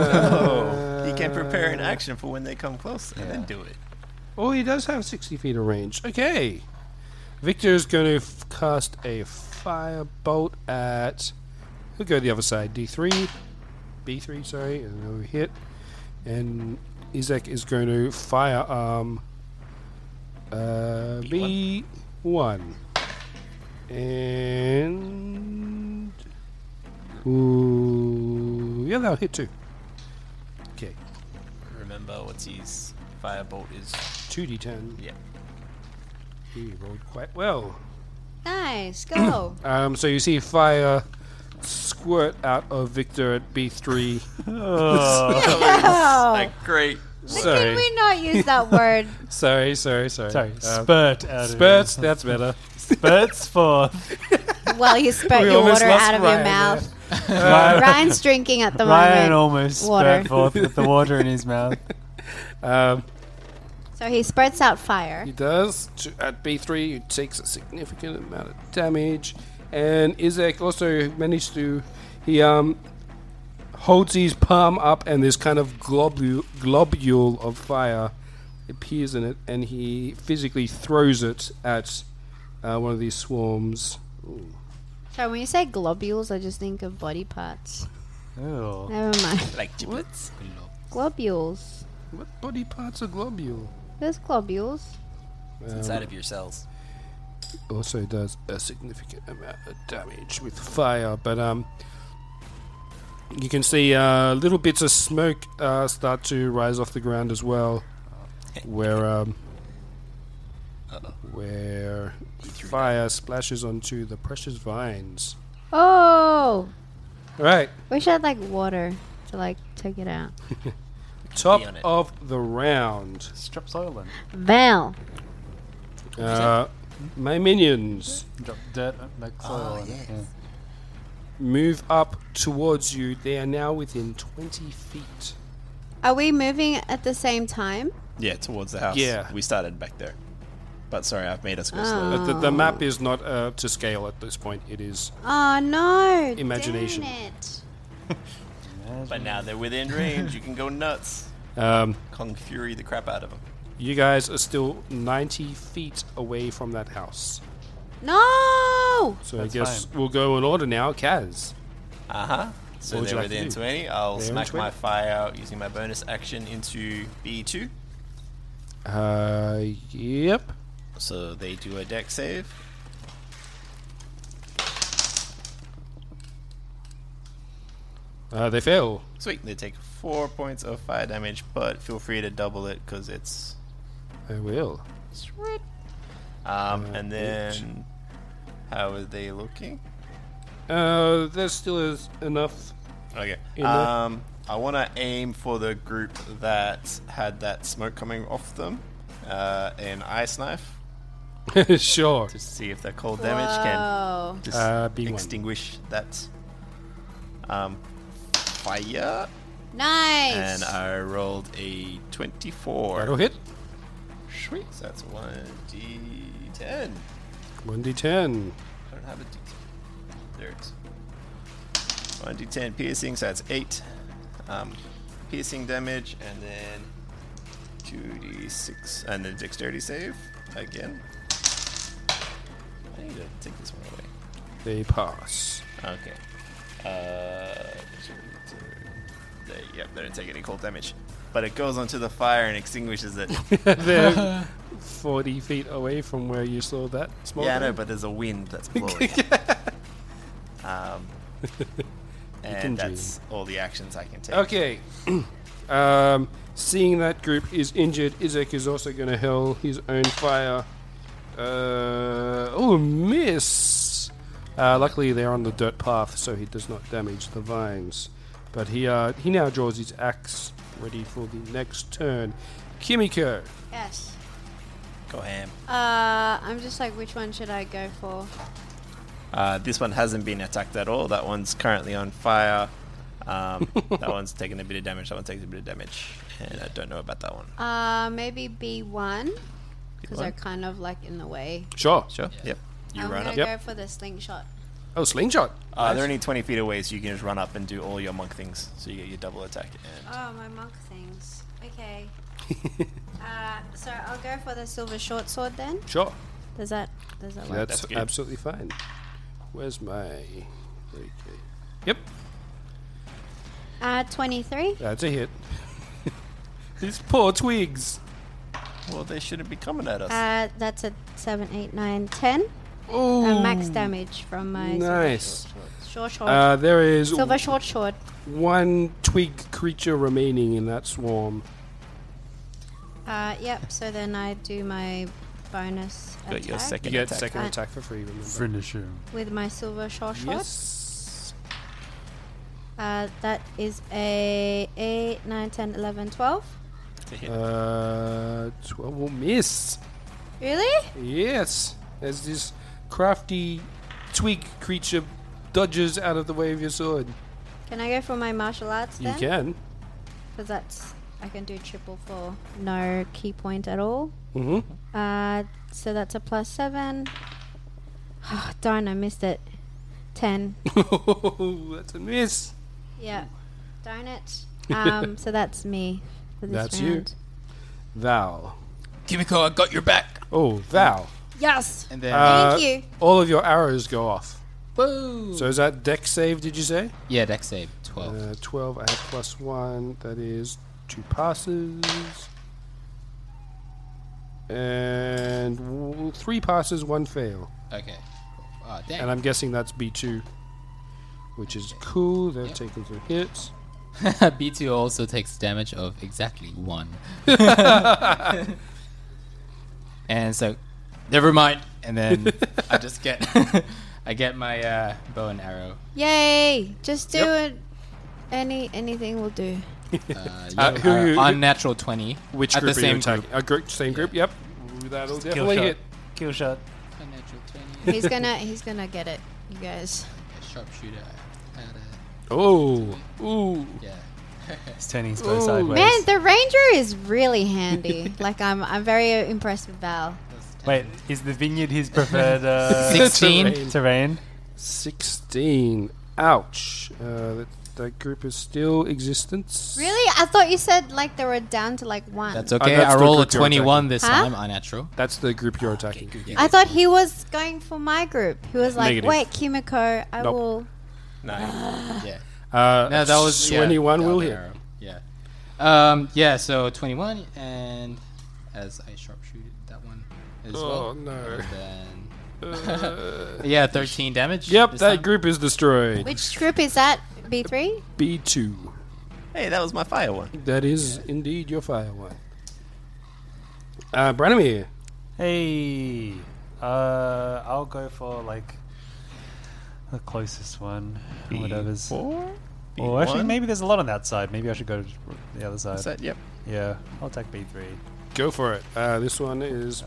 Uh, He can prepare an action for when they come close and then do it. (laughs) Oh, he does have 60 feet of range. Okay. Victor's going to f- cast a firebolt at. We'll go the other side. D3. B3, sorry. And another hit. And Isaac is going to fire um, uh, B1. And. Ooh. Yeah, that'll hit two. Okay. Remember what's his firebolt is. 2d10. Yeah. He rolled quite well. Nice. Go. Um, so you see fire squirt out of Victor at (laughs) B3. Oh. Like, great. Can sorry, we not use that word? sorry, sorry, sorry. Sorry, Uh, spurt out of spurts, that's better. (laughs) Spurts forth. Well, you spurt We your almost water lost out of your Ryan mouth. Ryan, Ryan's drinking at the Ryan moment. almost water. spurt forth (laughs) with the water in his mouth. Um, So he spurts out fire. he does. To, at B3, he takes a significant amount of damage. And Isaac also managed to. He um, holds his palm up, and this kind of globule, globule of fire appears in it, and he physically throws it at uh, one of these swarms. So when you say globules, I just think of body parts. Ew. Never mind. Like giblets. Globules. What body parts are globule? There's globules. It's inside of your cells. Also does a significant amount of damage with fire, but um, you can see uh, little bits of smoke uh, start to rise off the ground as well, where um, where fire splashes onto the precious vines. Oh! All right, Wish I had like water to like take it out. top on it. of the round. Strip soiling. Val. Uh, my minions. Drop dirt like Ah, soil. on it, move up towards you. They are now within 20 feet. Are we moving at the same time? Yeah, towards the house. Yeah. We started back there. But sorry, I've made us go slow. Uh, the, the map is not uh, to scale at this point. It is. Oh no! Imagination. Dang it. But now they're within range. You can go nuts. Um, Kung Fury the crap out of them. you guys are still 90 feet away from that house. No! So That's I guess fine. we'll go in order now. Kaz. Uh huh. So What would they're you like to within do? 20. I'll They're in smack 20. my fire out using my bonus action into B2. Uh, yep. So they do a deck save. Uh, they fail. Sweet. They take four points of fire damage, but feel free to double it because it's. I will. Um, Ah, and then. How are they looking? Uh, there still is enough. (laughs) Okay. In the- Um, I want to aim for the group that had that smoke coming off them. Uh, an ice knife. sure. To see if the cold damage can Whoa. dis- Uh, B1. extinguish that um, fire. Nice. And uh, I rolled a 24. That'll hit. Sweet. So that's 1d10. 1d10. I don't have a d10. There it is. 1d10 piercing, so that's 8 um, piercing damage, and then 2d6, and then dexterity save again. I need to take this one away. They (laughs) pass. Okay. Uh, there, yep, they don't take any cold damage. But it goes onto the fire and extinguishes it. They're 40 feet away from where you saw that small yeah, I know, thing. but there's a wind (laughs) that's blowing. um, can and that's all the actions I can take. Okay. (clears throat) um, seeing that group is injured, Izek is also going to hurl his own fire. Uh, oh, miss! Uh, luckily, they're on the dirt path, so he does not damage the vines. But he uh, he now draws his axe, ready for the next turn. Kimiko. Yes. Go ham. Uh, I'm just like, which one should I go for? Uh, this one hasn't been attacked at all. That one's currently on fire. (laughs) Um, that one's taking a bit of damage. That one takes a bit of damage. And I don't know about that one. Uh, maybe B1 because B1? they're kind of like in the way. Sure. Sure. Yep. You I'm run gonna up. go for the slingshot. Oh, slingshot. Uh, They're Nice. only 20 feet away, so you can just run up and do all your monk things. So you get your double attack. And Oh, my monk things. (laughs) Okay. uh, so I'll go for the silver short sword then. Sure. Does that does that work? That's, absolutely fine. Where's my. Okay. Yep, Uh, 23. that's a hit. (laughs) These poor twigs. Well, they shouldn't be coming at us. Uh, that's a 7, 8, 9, 10. Ooh. Uh, max damage from my Nice. short short. Uh, there is silver short short. one twig creature remaining in that swarm. Uh, yep. So then I do my bonus Got attack your Ah. second you get attack. second Right. attack for free, remember? Finish him. with my silver short short. Yes. Uh, that is a 8, 9, 10, 11, 12. To hit. Uh, 12 will miss. Really? Yes. As this crafty twig creature dodges out of the way of your sword. Can I go for my martial arts You then? can. Because that's. I can do triple for no key point at all. Mm-hmm. Uh, so that's a plus 7. (sighs) Oh, darn, I missed it. 10. (laughs) That's a miss. Mm. yeah. Darn it. (laughs) Um, so that's me for this That's you. round. Val. Kimiko, I got your back. Oh, Val. Yes! And then Uh, Thank you. All of your arrows go off. Whoa. So is that deck save, did you say? yeah, dex save twelve. Uh, 12, I have plus 1. That is two passes. And w- three passes, one fail. okay. Uh, dang. And I'm guessing that's B2, which is cool. They're taking some hits. (laughs) B2 also takes damage of (laughs) exactly one. and so, never mind. And (laughs) then I just get, (laughs) I get my uh, bow and arrow. Yay! Just do it. Any anything will do. Uh, Uh, you who- are who- unnatural twenty. Which at group the are same you attacking? group. A group, same group, yep. Ooh, That'll Kill definitely shot. hit. Kill shot. Unnatural (laughs) twenty. He's gonna he's gonna get it, you guys. a sharpshooter. Had a- Oh, ooh. yeah. It's turning his bow Ooh. sideways. Man, the ranger is really (laughs) handy. like I'm, I'm very impressed with Val. Wait, is the vineyard his preferred (laughs) uh, Sixteen. terrain? 16. Ouch. Uh, that, that group is still existence. Really, I thought you said like they were down to like one. That's okay. Uh, that's I the roll a group you're twenty-one this Huh? time. Unnatural. That's the group you're attacking. I thought he was going for my group. He was like, Negative. "Wait, Kimiko, I Nope. will." no. Yeah. Uh, No, that was yeah, 21 double will hit. arrow. Yeah. Um, yeah, so 21, and as I sharpshoot that one as Oh, well. no. And then, (laughs) yeah, 13 damage. Yep, this that time. group is destroyed. Which group is that? B three. B2. Hey, that was my fire one. That is indeed your fire one. Uh, Branimir. Hey, uh, I'll go for like the closest one, or whatever's. Four? Or actually, B1? maybe there's a lot on that side. Maybe I should go to the other side. Is that? Yep. Yeah, I'll take B three. Go for it. Uh, this one is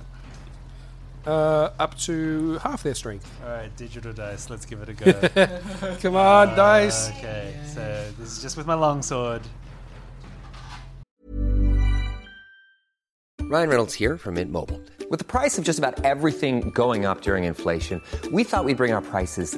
uh, up to half their (laughs) strength. All right, digital dice. Let's give it (laughs) a go. Uh, Come on, dice. Okay, so this is just with my longsword. Ryan Reynolds here from Mint Mobile. With the price of just about everything going up during inflation, we thought we'd bring our prices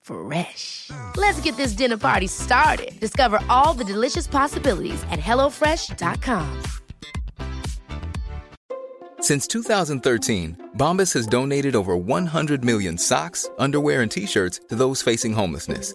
Fresh. Let's get this dinner party started. Discover all the delicious possibilities at hellofresh.com. Since 2013, Bombas has donated over 100 million socks, underwear, and t shirts to those facing homelessness.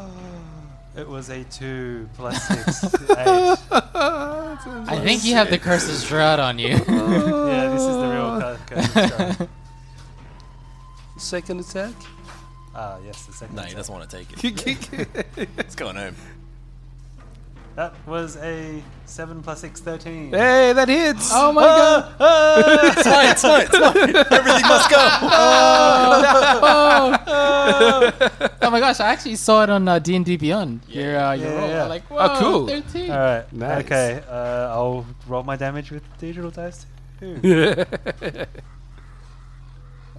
It was a two (laughs) plus six. eight. I think you have the curse's shroud on you. (laughs) (laughs) yeah, this is the real cur- curse's (laughs) shroud. Second attack. Ah, yes, the second. No, he doesn't want to take it. it's going (laughs) home. That was a seven plus six, thirteen. Hey, that hits! Oh my Uh, god! (laughs) It's fine, it's fine, it's fine. Everything must go. Oh, oh. Oh my gosh! I actually saw it on uh, D&D Beyond. Your, uh, your Yeah, role. yeah. I'm Like, Oh, whoa, cool. 13. All right. Nice. Okay. Uh, I'll roll my damage with digital dice (laughs) too.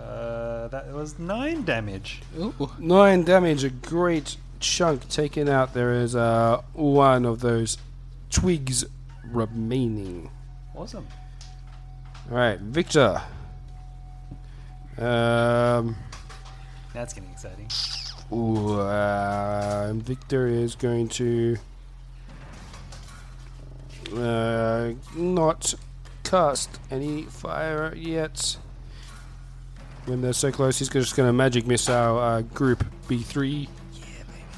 uh, that was nine damage. Nine damage, a great chunk taken out. There is uh, one of those twigs remaining. Awesome. All right, Victor. Um, That's getting exciting. ooh, uh, Victor is going to uh, not cast any fire yet. When they're so close, he's just going to magic missile uh, group B3.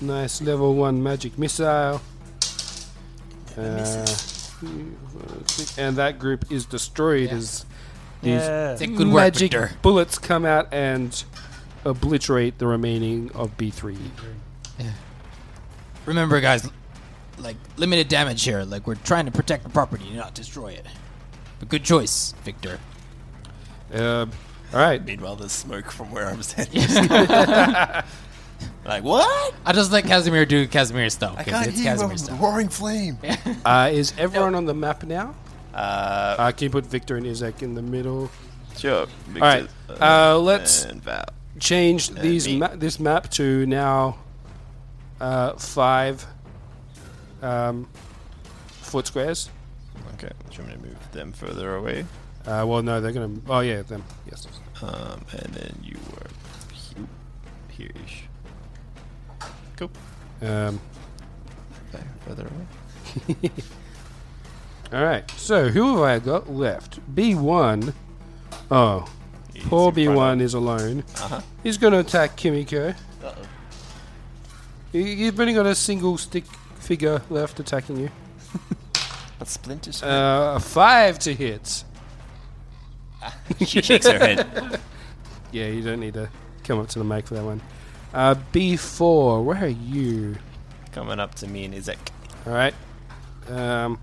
Nice level 1 magic missile. Uh, and that group is destroyed as these Yeah. It's a good work, magic Victor. bullets come out and obliterate the remaining of B3. Remember, guys, like limited damage here. Like we're trying to protect the property, not destroy it. But good choice, Victor. Um, all right. Meanwhile, there's smoke from where I'm standing. (laughs) like, what? I just let Casimir do Casimir stuff. I 'cause can't it's hear Casimir you. stuff. Roaring flame. Uh, is everyone on the map now? Uh, Uh, can you put Victor and Izak in the middle? sure. um, All right. Uh, let's And Val. change Uh, and these me. ma- this map to now uh, five um, foot squares. Okay, so I'm going to move them further away. Uh, well, no, they're gonna. Oh yeah, them. Yes. Um, and then you were here ish. Cool. Um, Okay, further away. all right. So who have I got left? B one. Oh, poor in B front one is alone. Uh-huh. He's gonna attack Kimiko. Uh-oh. You- You've only got a single stick figure left attacking you. But Splinter's Uh, five to hit. (laughs) she shakes her head. (laughs) Yeah, you don't need to come up to the mic for that one. Uh, B4, where are you? Coming up to me and Izek. All right. Um,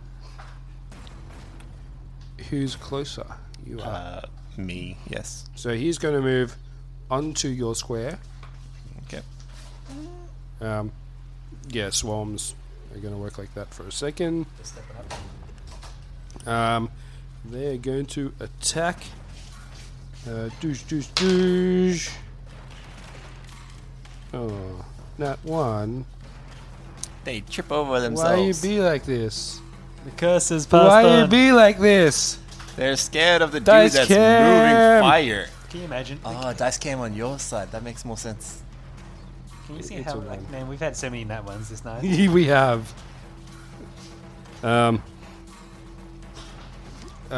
who's closer? You are. Uh, me, yes. So he's going to move onto your square. Okay. Um, yeah, swarms are going to work like that for a second. Um, they're going to attack. Uh, douche, douche, douche. Oh, not one. They trip over Why you themselves. be like this? The curse is passed Why you on. be like this? They're scared of the dude Dice that's cam! moving fire. Can you imagine? Oh, dice cam on your side. That makes more sense. Can you see It's how, a like, man, we've had so many nat ones this (laughs) night. we have. Um. Uh,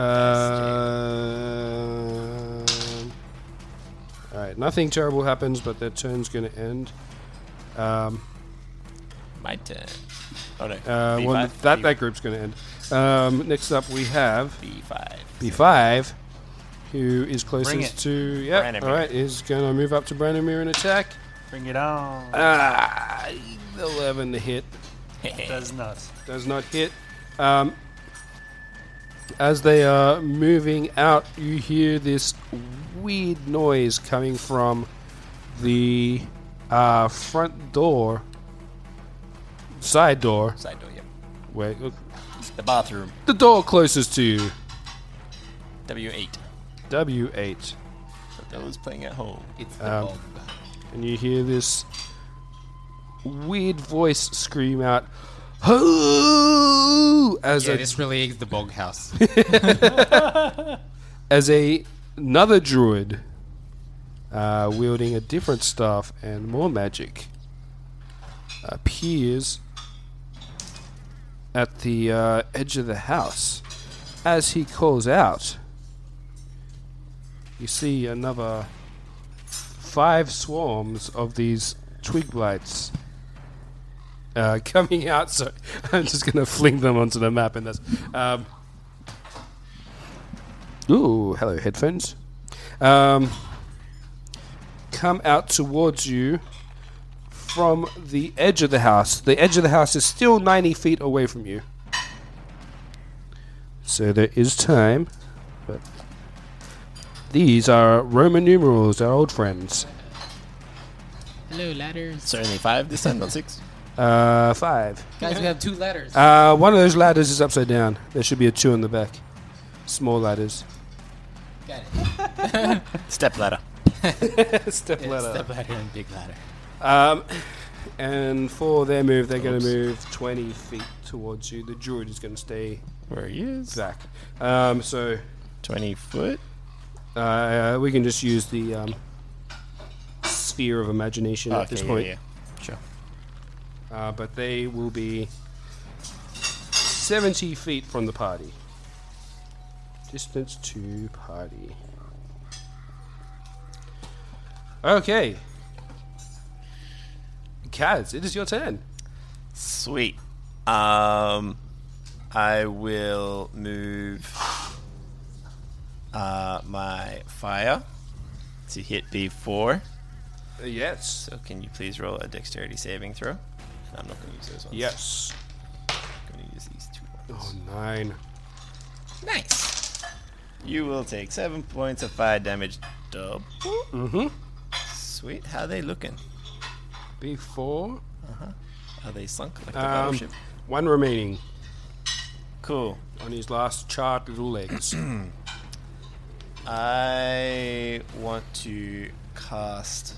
all right, nothing terrible happens, but their turn's going to end. Um, My turn. Oh no. uh, B5? well, that that group's going to end. Um, next up, we have B5. B5, who is it. closest to. Yeah, Branimir. all right, is going to move up to Branimir and attack. Bring it on. Ah, 11 to hit. Does not. does not hit. Um, as they are moving out, you hear this weird noise coming from the uh, front door, side door. Side door, yep. Wait, look, The bathroom. the door closest to you. W8. W eight. For those playing at home. It's Um, and you hear this weird voice scream out, "Hoo!" As yeah, a this really is the bog house. as a another druid uh, wielding a different staff and more magic appears at the uh, edge of the house as he calls out you see another five swarms of these twig blights uh, (laughs) coming out so i'm just going to fling them onto the map and that's um, Ooh, hello, headphones. Um, come out towards you from the edge of the house. The edge of the house is still 90 feet away from you. So there is time. But these are Roman numerals, our old friends. (laughs) Hello, ladders. Certainly five this time, not six. Uh, five. Guys, we have two ladders. Uh, one of those ladders is upside down. There should be a two in the back. Small ladders. (laughs) (laughs) Step ladder. step Yeah, ladder. Step ladder and big ladder. Um, and for their move, they're going to move 20 feet towards you. The druid is going to stay where he is. Back. Um, so 20 foot. Uh, we can just use the um, sphere of imagination at Okay, this yeah, point. yeah. Sure. Uh, but they will be 70 feet from the party. Distance to party. Okay. Kaz, it is your turn. Sweet. Um, I will move uh, my fire to hit B4. Uh, yes. So can you please roll a dexterity saving throw? And I'm not going to use those ones. Yes. I'm going to use these two Oh, ones. nine. You will take seven points of fire damage double. Mm-hmm. Sweet. How they looking? B4. Uh-huh. Are they sunk like the Um, battleship? one remaining. Cool. On his last charred little legs. I want to cast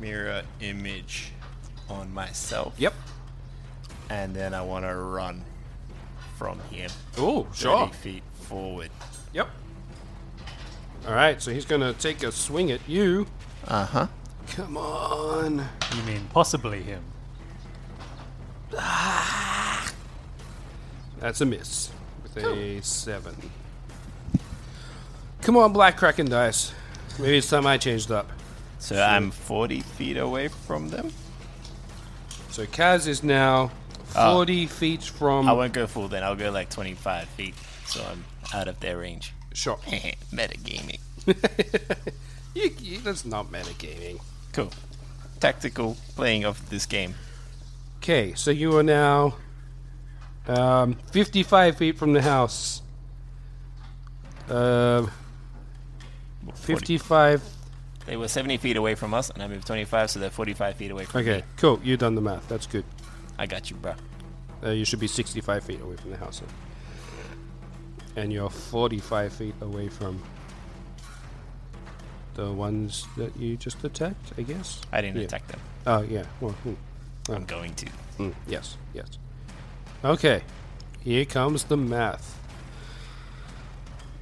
mirror image on myself. Yep. And then I want to run from him. Oh, 30 sure. feet forward. Yep. All right, so he's gonna take a swing at you. Uh huh. Uh-huh. Come on. You mean possibly him? That's a miss with a seven. Come on, Black Kraken dice. Maybe it's time I changed up. So I'm 40 feet away from them. So Kaz is now Oh. forty feet from. I won't go full then. I'll go like 25 feet. So I'm out of their range. (laughs) Sure. Eh. Metagaming. You- you- that's not metagaming. Cool. tactical playing of this game. Okay, so you are now um, 55 feet from the house. Uh, 55. They were 70 feet away from us, and I moved 25, so they're 45 feet away from me. Okay, cool. you done the math. That's good. I got you, bro. Uh, you should be 65 feet away from the house. then. And you're 45 feet away from the ones that you just attacked, I guess? I didn't attack them. Oh, yeah. Well, hmm. I'm going to. Mm, yes, yes. Okay, here comes the math.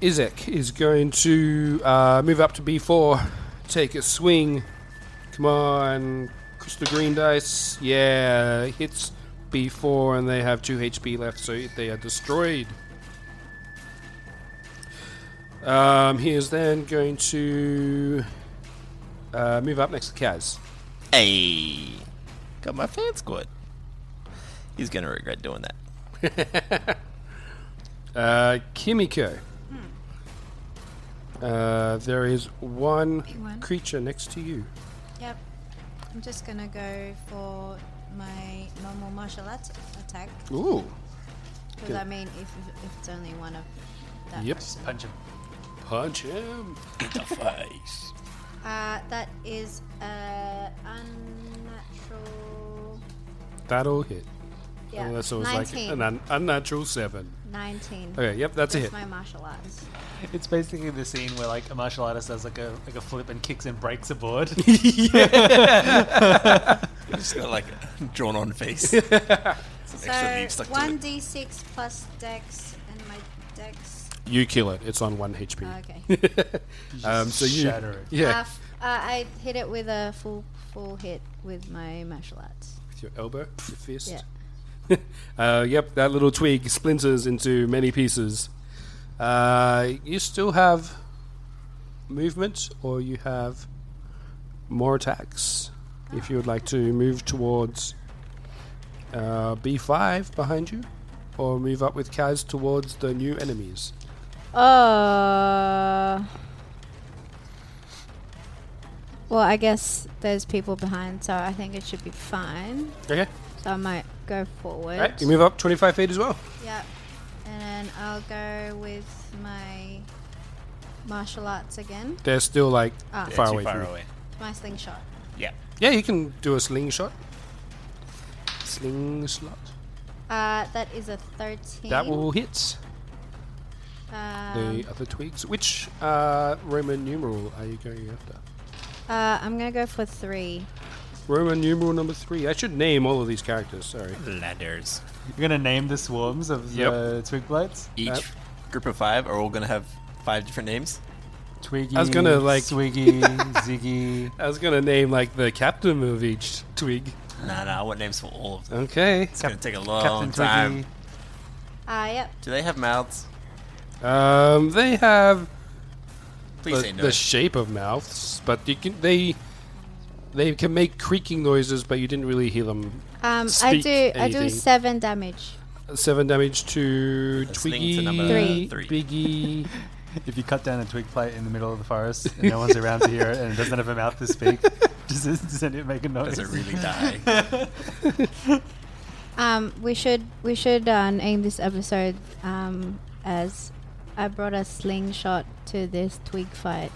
Izek is going to uh, move up to B4, take a swing. Come on, crystal green dice. Yeah, hits B4, and they have 2 HP left, so they are destroyed. Um, he is then going to uh, move up next to Kaz. Hey, got my fan squad. He's gonna regret doing that. Uh, Kimiko. Uh, there is one, Hmm. One. creature next to you. Yep. I'm just gonna go for my normal martial arts attack. Ooh. Because Good. I mean, if, if if it's only one of that. Yep. person. punch him. Punch him in the (laughs) face. Uh, that is uh, unnatural That'll hit. Yeah, Unless it was Oh, like 19. an un- unnatural seven. 19. Okay, yep, that's a hit. my martial arts. It's basically the scene where like a martial artist does like a like a flip and kicks and breaks a board. Just got like a drawn on face. Some So extra leaves stuck to it. 1d6 plus dex and my (laughs) dex. You kill it. It's on one HP. Okay. um, so you shatter it. Uh, Yeah. f- uh, I hit it with a full full hit with my martial arts. With your elbow, your fist. Yeah. uh, yep, that little twig splinters into many pieces. Uh, you still have movement, or you have more attacks if you would like to move towards uh, B5 behind you, or move up with Kaz towards the new enemies. Uh. Well, I guess there's people behind, so I think it should be fine. Okay. So I might go forward. Alright, you move up 25 feet as well. Yep. And then I'll go with my martial arts again. They're still like Ah. far away. from you. My slingshot. Yeah. Yeah, you can do a slingshot. Slingshot. Uh, that is a 13. That will hit Um, the other twigs. Which uh, Roman numeral are you going after? uh, I'm going to go for three. Roman numeral number three. I should name all of these characters. Sorry. (laughs) Ladders. You're gonna name the swarms of Yep. the twig blights. Each group of five are all gonna have five different names. Twiggy. I was gonna like (laughs) Swiggy, Ziggy. I was gonna name like the captain of each twig. Nah, nah, I want names for all of them. Okay. It's gonna take a long time. Ah, yep. Do they have mouths? Um, they have Please the, say no. the shape of mouths, but you can they they can make creaking noises, but you didn't really hear them. Um, I speak do I do anything. seven damage. Seven damage to Twiggy, Swiggy, Three. Biggie. if you cut down a twig blight in the middle of the forest and no one's around to hear it and it doesn't have a mouth to speak, (laughs) does it, does it make a noise? Does it (laughs) really die? Um, we should we should uh, name this episode um, as I brought a slingshot to this twig fight.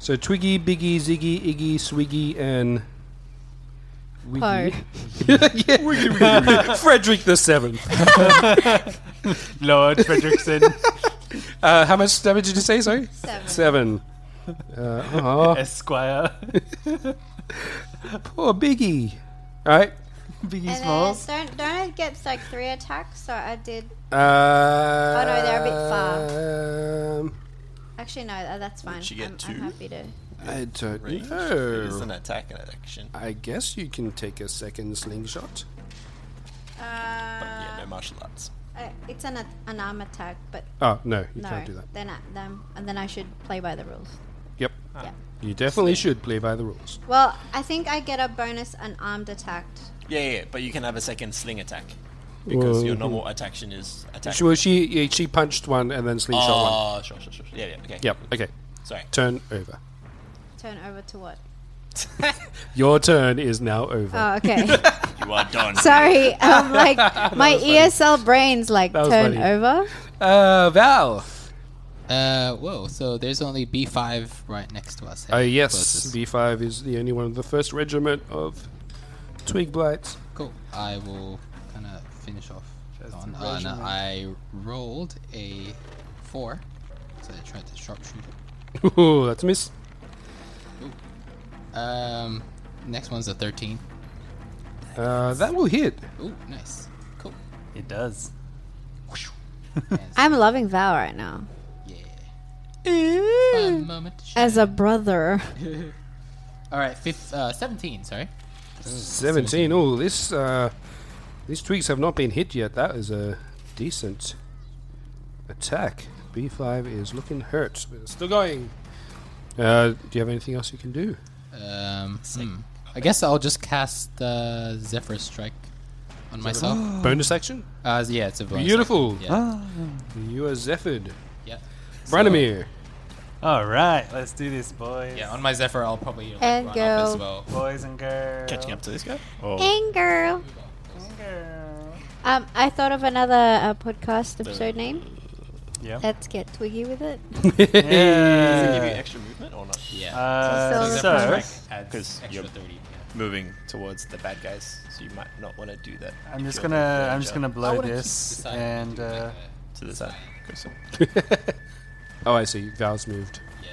So Twiggy, Biggie, Ziggy, Iggy, Swiggy, and Poe. (laughs) Yeah. (laughs) Frederick the Seventh. Lord Frederickson. (laughs) Uh, how much damage did you say? Sorry, seven. Seven. Uh, aw. (laughs) Esquire. Poor Oh, Biggie. All right. And Biggie then don't don't it get like three attacks? So I did. Uh, oh no, they're a bit far. Um, Actually, no, tha- that's fine. she get I'm, two? I'm happy to. I don't Range. know. It is an attack and action. I guess you can take a second slingshot. Yeah, no martial arts. Uh, it's an at- an arm attack, but Oh no, you no. can't do that. Then I, then and then I should play by the rules. Yep. Ah. Yeah. You definitely should play by the rules. Well, I think I get a bonus unarmed attack. Yeah, yeah, yeah, but you can have a second sling attack because your Mhm. normal attaction is attack. She, well, she yeah, she punched one and then slingshot Ah, oh, sure, sure, sure. sure. Yeah, yeah, okay. one. Yep. Okay. Sorry. Turn over. Turn over to what? Your turn is now over. Oh, (laughs) okay. You are done. Sorry, (laughs) um, like my was funny. ESL brain's like That was turn funny. over. Uh, Val. Uh, whoa. So there's only B five right next to us. Uh, yes, B5 is the only one of the first regiment of twig (laughs) blights. Cool. I will kind of finish off. that one. the Uh, and regiment. I rolled a four, so I tried to sharpshoot it. Ooh, that's a miss. Um, next one's a thirteen. Uh, that will hit. Ooh, nice. Cool. It does. I'm loving Val right now. Fun moment to As a brother. All right, fifth, uh, seventeen. Sorry. 17. Oh, this uh, these twigs have not been hit yet. That is a decent attack. B5 is looking hurt, but it's still going. Uh, do you have anything else you can do? Um, hmm. I guess I'll just cast uh, Zephyr Strike on Is that a myself. bonus action? Uh, yeah, it's a bonus. Beautiful. action, yeah. You are Zephyred. Yeah. Branimir. All right, let's do this, boys. Yeah, on my Zephyr, I'll probably like, And run up as go. well. Boys and girls. Catching up to this guy? Hey, girl. Um, I thought of another uh, podcast episode name. Yeah. Let's get twiggy with it. Does it give you extra movement or not? Yeah. Uh, So um, so- Zephyr Strike adds because you're moving towards the bad guys, so you might not want to do that. I'm if just you're gonna the I'm just ranger. gonna blow this and uh, to the side. Chris. Oh, I see. Val's moved. Yeah.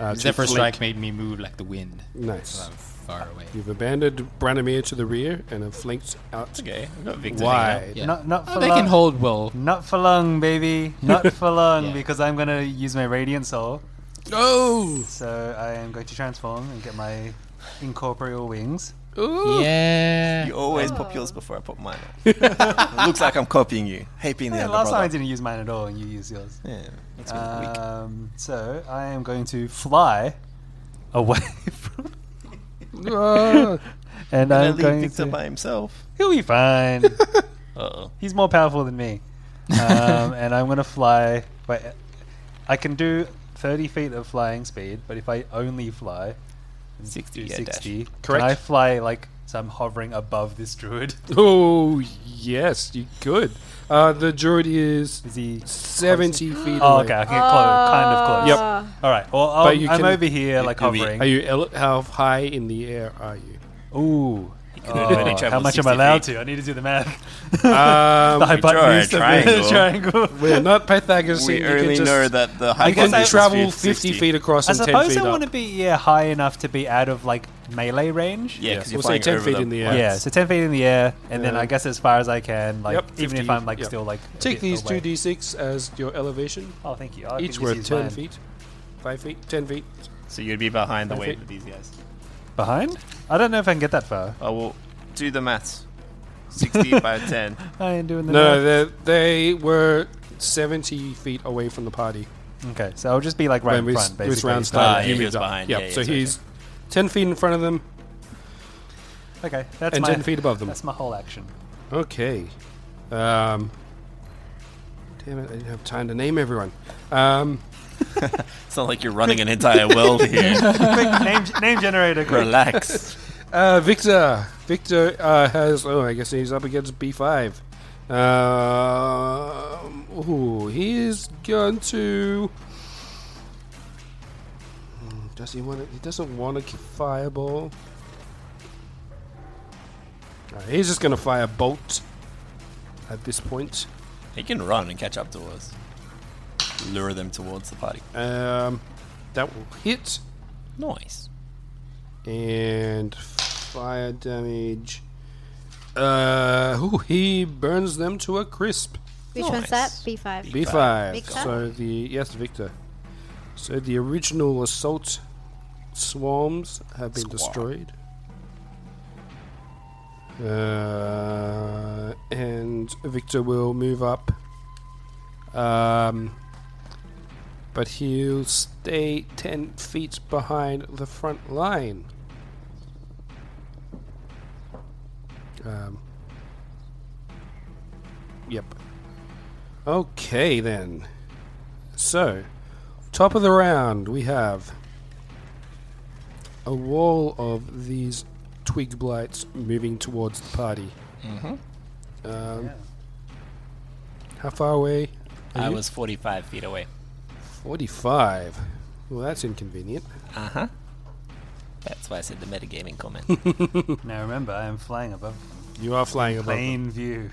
Uh, Zephyr Strike made me move like the wind. Nice. So I'm far away. You've abandoned Branimir to the rear and have flanked out. Okay, I've got Victor Wide. Yeah. Not, not for Oh, they long. can hold well. Not for long, baby. Not for long, because I'm gonna use my radiant soul. Oh! So I am going to transform and get my incorporeal wings. Yeah. You always Oh. pop yours before I pop (laughs) mine. it looks like I'm copying you. Hey, being the Yeah, elder last time I brother. didn't use mine at all, and you used yours. Yeah, that's really weak. um, So I am going to fly away (laughs) from. Ah. and Gonna I'm leave going Victor to by himself. He'll be (laughs) fine. Uh-oh. He's more powerful than me, (laughs) um, and I'm gonna fly. Wait, I can do 30 feet of flying speed, but if I only fly, 60, do yeah, dash. 60. Correct. Can I fly like so? I'm hovering above this (laughs) druid. Oh yes, you could. Uh, the druid is, seventy feet. Oh, away. okay, Uh. I can get close, kind of close. Yep. All right. Well, I'll, But you I'm can- over here, like Are you- hovering. Are you ele- how high in the air are (laughs) you? Ooh. can only Oh, travel how much am 60 I allowed feet. to? I need to do the math. Um, The hypotenuse of the (laughs) triangle. We're not Pythagoras. We you can only just- know that the You can hypotenuse travel is fifty 60. feet across I and ten suppose feet I up. want to be yeah high enough to be out of like melee range. Yeah, 'cause we'll you're say flying 10 over feet the in the air. points. Yeah, so ten feet in the air, and then Yeah. I guess as far as I can, like Yep, even 50, if I'm like yep. still like a take bit these away. two d six as your elevation. Oh, thank you. I can Each just worth use ten mine. feet, five feet, ten feet. So you'd be behind the Five wave feet. with these guys. behind. I don't know if I can get that far. I will do the maths. (laughs) 60 by 10. I ain't doing the No, they they were seventy feet away from the party. Okay, so I'll just be like right when in we front, s- basically. This round Ah, started, yeah, you he moved was up. behind. Yep, Yeah, yeah, so sorry, he's ten feet in front of them. Okay, that's and my, 10 feet above them. That's my whole action. (laughs) Okay. Um, damn it! I didn't have time to name everyone. Um, It's not like you're running an entire world (laughs) here. Quick, name, name generator. Quick. Relax. uh, Victor. Victor uh, has. Oh, I guess he's up against B five. Um ooh, he's going to. Hmm, Does he want? to He doesn't want to fireball. Uh, he's just going to fire bolt at this point. He can run and catch up to us. Lure them towards the party. Um, that will hit. Nice. And fire damage. Uh, ooh, he burns them to a crisp. Which one's that? B5. B5. Victor? (laughs) So the yes, Victor. So the original assault swarms have been destroyed. Uh, and Victor will move up. Um, but he'll stay 10 feet behind the front line. Um, yep. Okay then. So, top of the round we have a wall of these twig blights moving towards the party. Mhm. Um, How far away? are I you? was 45 feet away. 45. Well, that's inconvenient. Uh huh. That's why I said the metagaming comment. (laughs) now remember, I am flying above. You are flying above. Plain view.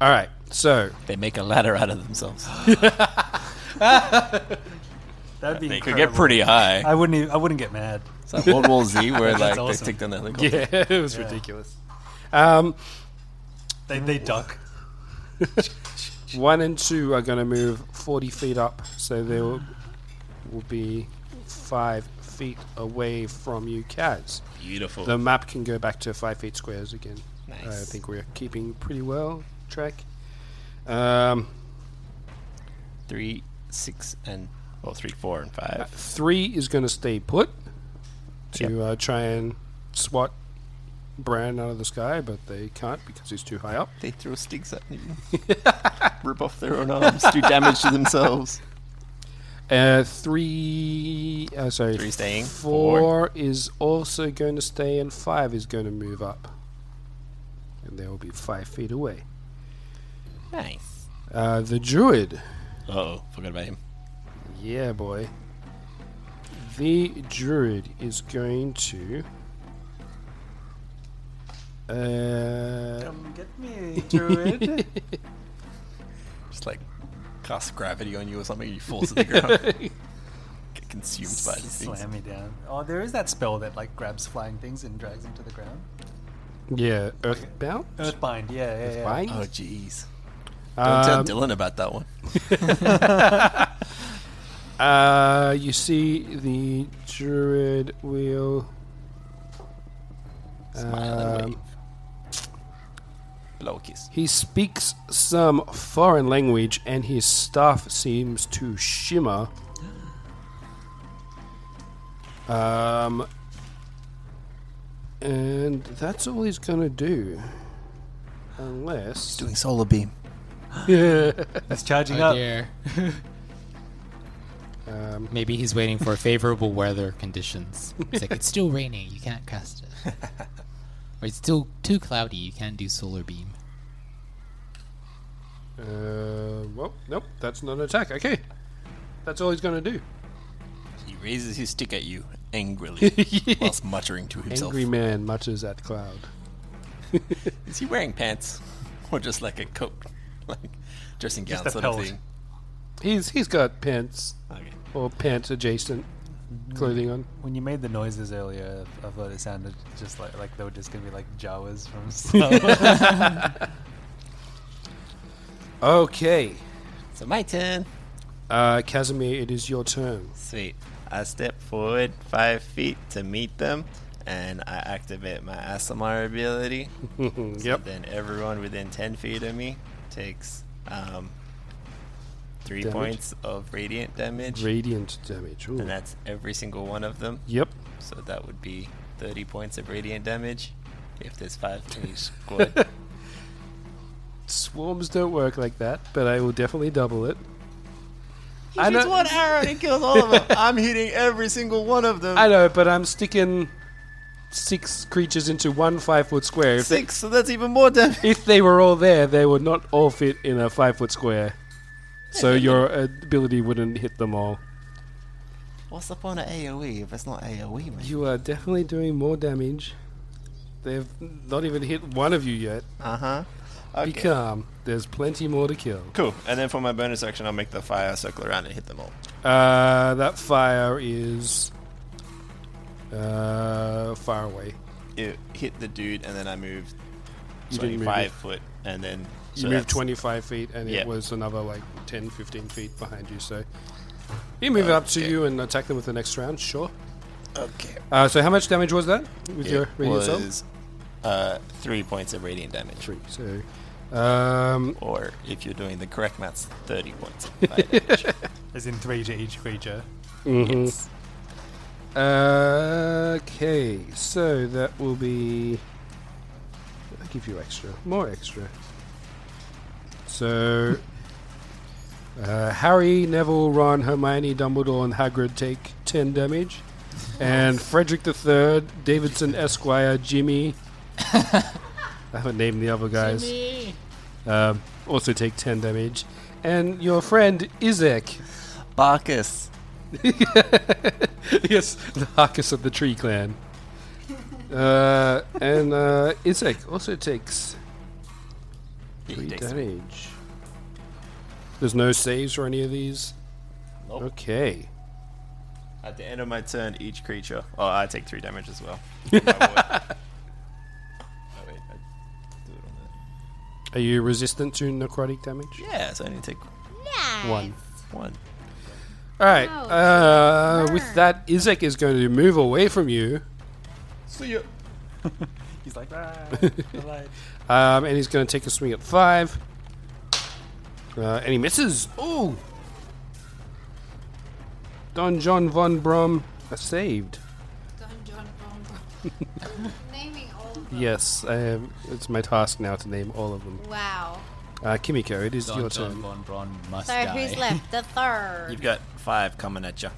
All right, so (laughs) they make a ladder out of (gasps) themselves. That'd be They could incredible. get pretty high. I wouldn't. Even, I wouldn't get mad. It's like World War (laughs) Z where, That's like, they awesome. take down the helicopter. Yeah, it was ridiculous. Um, They they duck. One and two are going to move 40 feet up, so they will, will be five feet away from you, Kaz. Beautiful. The map can go back to five feet squares again. I Nice. think we're keeping pretty well track. Um, three, six, and well, three, four, and five. three is going to stay put to uh, try and swat Bran out of the sky, but they can't because he's too high up. They throw sticks (laughs) at him, rip off their own arms, do (laughs) damage to themselves. Uh, three. Uh, sorry. Three staying, Four, four. is also going to stay, and five is going to move up. And they will be five feet away. Nice. Uh, the druid. Oh, forgot about him. Yeah, boy. The druid is going to. Uh, Come get me, (laughs) druid. Just like cast gravity on you or something, you fall to the ground. (laughs) Get consumed by these things. Slam me down. Oh, there is that spell that like grabs flying things and drags them to the ground. yeah, Earthbound? Earthbind. Yeah, yeah, yeah. Earthbind? Oh, jeez. Don't tell Um, Dylan about that one. Uh, you see the druid will. Um, Blow a kiss. He speaks some foreign language, and his staff seems to shimmer. Um, and that's all he's gonna do, unless he's doing solar beam. Yeah, he's charging Oh, up. dear. (laughs) Um, Maybe he's waiting for favorable weather conditions. It's like it's still raining, you can't cast (laughs) it. or it's still too cloudy, you can't do solar beam. Uh, well, nope, that's not an attack. Okay, that's all he's gonna do. He raises his stick at you (laughs) angrily whilst muttering to himself. Angry man mutters at cloud. Is he wearing pants (laughs) or just like a coat, (laughs) like dressing gown Just a sort of pelt. thing? He's he's got pants or pants adjacent clothing on. When you made the noises earlier, I thought it sounded just like like they were just gonna be like Jawas from (laughs) Star Wars. Okay. So my turn. Uh, Casimir, it is your turn. Sweet. I step forward five feet to meet them, and I activate my Asimar ability. So yep. then everyone within ten feet of me takes um, three Damage. points of radiant damage, Radiant damage. Ooh. and that's every single one of them. Yep. So that would be thirty points of radiant damage if there's five in (laughs) each squad. Swarms don't work like that, but I will definitely double it. He I shoots know- one arrow and it kills all of them. (laughs) I'm hitting every single one of them. I know, but I'm sticking six creatures into one five foot square. If Six, so that's even more damage. If they were all there, they would not all fit in a five foot square. So your ability wouldn't hit them all. What's the point of AoE E if it's not AoE, man? You are definitely doing more damage. They've not even hit one of you yet. Uh huh. Be calm. There's plenty more to kill. Cool. And then for my bonus action, I'll make the fire circle around and hit them all. Uh, that fire is uh, far away. It hit the dude, and then I moved You didn't move 25 it. foot, and then. You so moved that's- 25 feet, and Yeah. it was another like 10, 15 feet behind you. So you move it up to you and attack them with the next round. Sure. Okay. Uh, so how much damage was that with It your radiant soul? was, uh, three points of radiant damage. Three. So, um, or if you're doing the correct maths, 30 points of fire (laughs) damage. As in three to each creature. Mhm. Okay, so that will be. I'll give you extra, more extra. So, uh, Harry, Neville, Ron, Hermione, Dumbledore, and Hagrid take ten damage. and Frederick III, Davidson Esquire, Jimmy. I haven't named the other guys. Jimmy. Um, also take 10 damage. And your friend, Isaac. Barkus. (laughs) yes, the Barkus of the Tree Clan. Uh, and uh, Isaac also takes 3 damage. There's no saves or any of these? Nope. Okay. At the end of my turn, each creature. Oh, I take three damage as (laughs) well. Oh, Are you resistant to necrotic damage? yeah, so I only take One. one. All right. Uh, with that, Isaac is going to move away from you, See ya. He's like, (laughs) ah, um, and he's going to take a swing at five, uh, and he misses. Ooh! Don John von Brom uh, saved. Naming all Yes, I am, it's my task now to name all of them. Wow. Uh, Kimiko, it is Don your John turn. Von Braun must So who's left? The third. You've got five coming at you.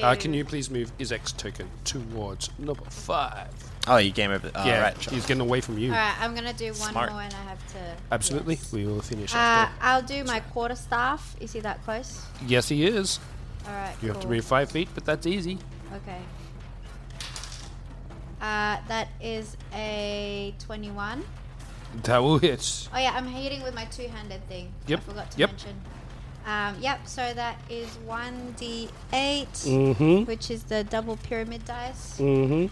Uh, can you please move Isaac's token towards number five? Oh, you came over. Oh, yeah, right, sure. he's getting away from you. All right, I'm gonna do one Smart. more, and I have to. Absolutely, we will finish. Uh, after. I'll do my quarter staff. Is he that close? Yes, he is. All right. You have to cool. move five feet, but that's easy. Okay. Uh, that is a 21. That will hit. Oh yeah, I'm hitting with my two-handed thing. Yep, I forgot to yep. mention. Um, yep. So that is one d8, Mhm. which is the double pyramid dice. (laughs) Mm-hmm.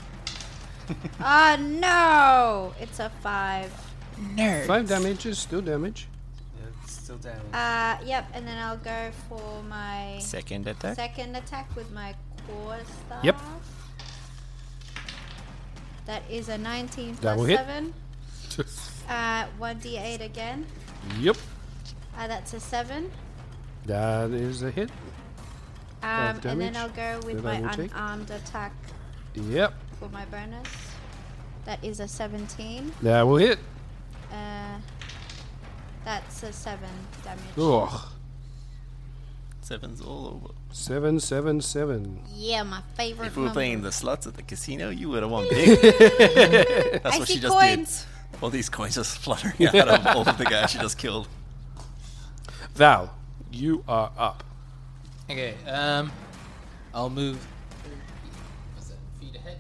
oh no! It's a five. Nerd. Five damage is still damage. it's still down. Uh, yep. And then I'll go for my Second attack? Second attack with my quarter staff. Yep. That is a 19 That will plus hit. (laughs) seven. Uh, one d8 again. yep. Uh, that's a seven. That is a hit. Um, Five and then damage I'll go with that I my will take. unarmed attack Yep. for my bonus. That is a 17. That will hit. Uh, that's a 7 damage. Ugh. Seven's all over. Seven, seven, seven. Yeah, my favorite If we were number. playing the slots at the casino, you would have won big. (laughs) That's I what see she just coins. did. All these coins just fluttering out of all of the guys she just (laughs) killed. Val, you are up. Okay, um, I'll move. What's that? Feet ahead.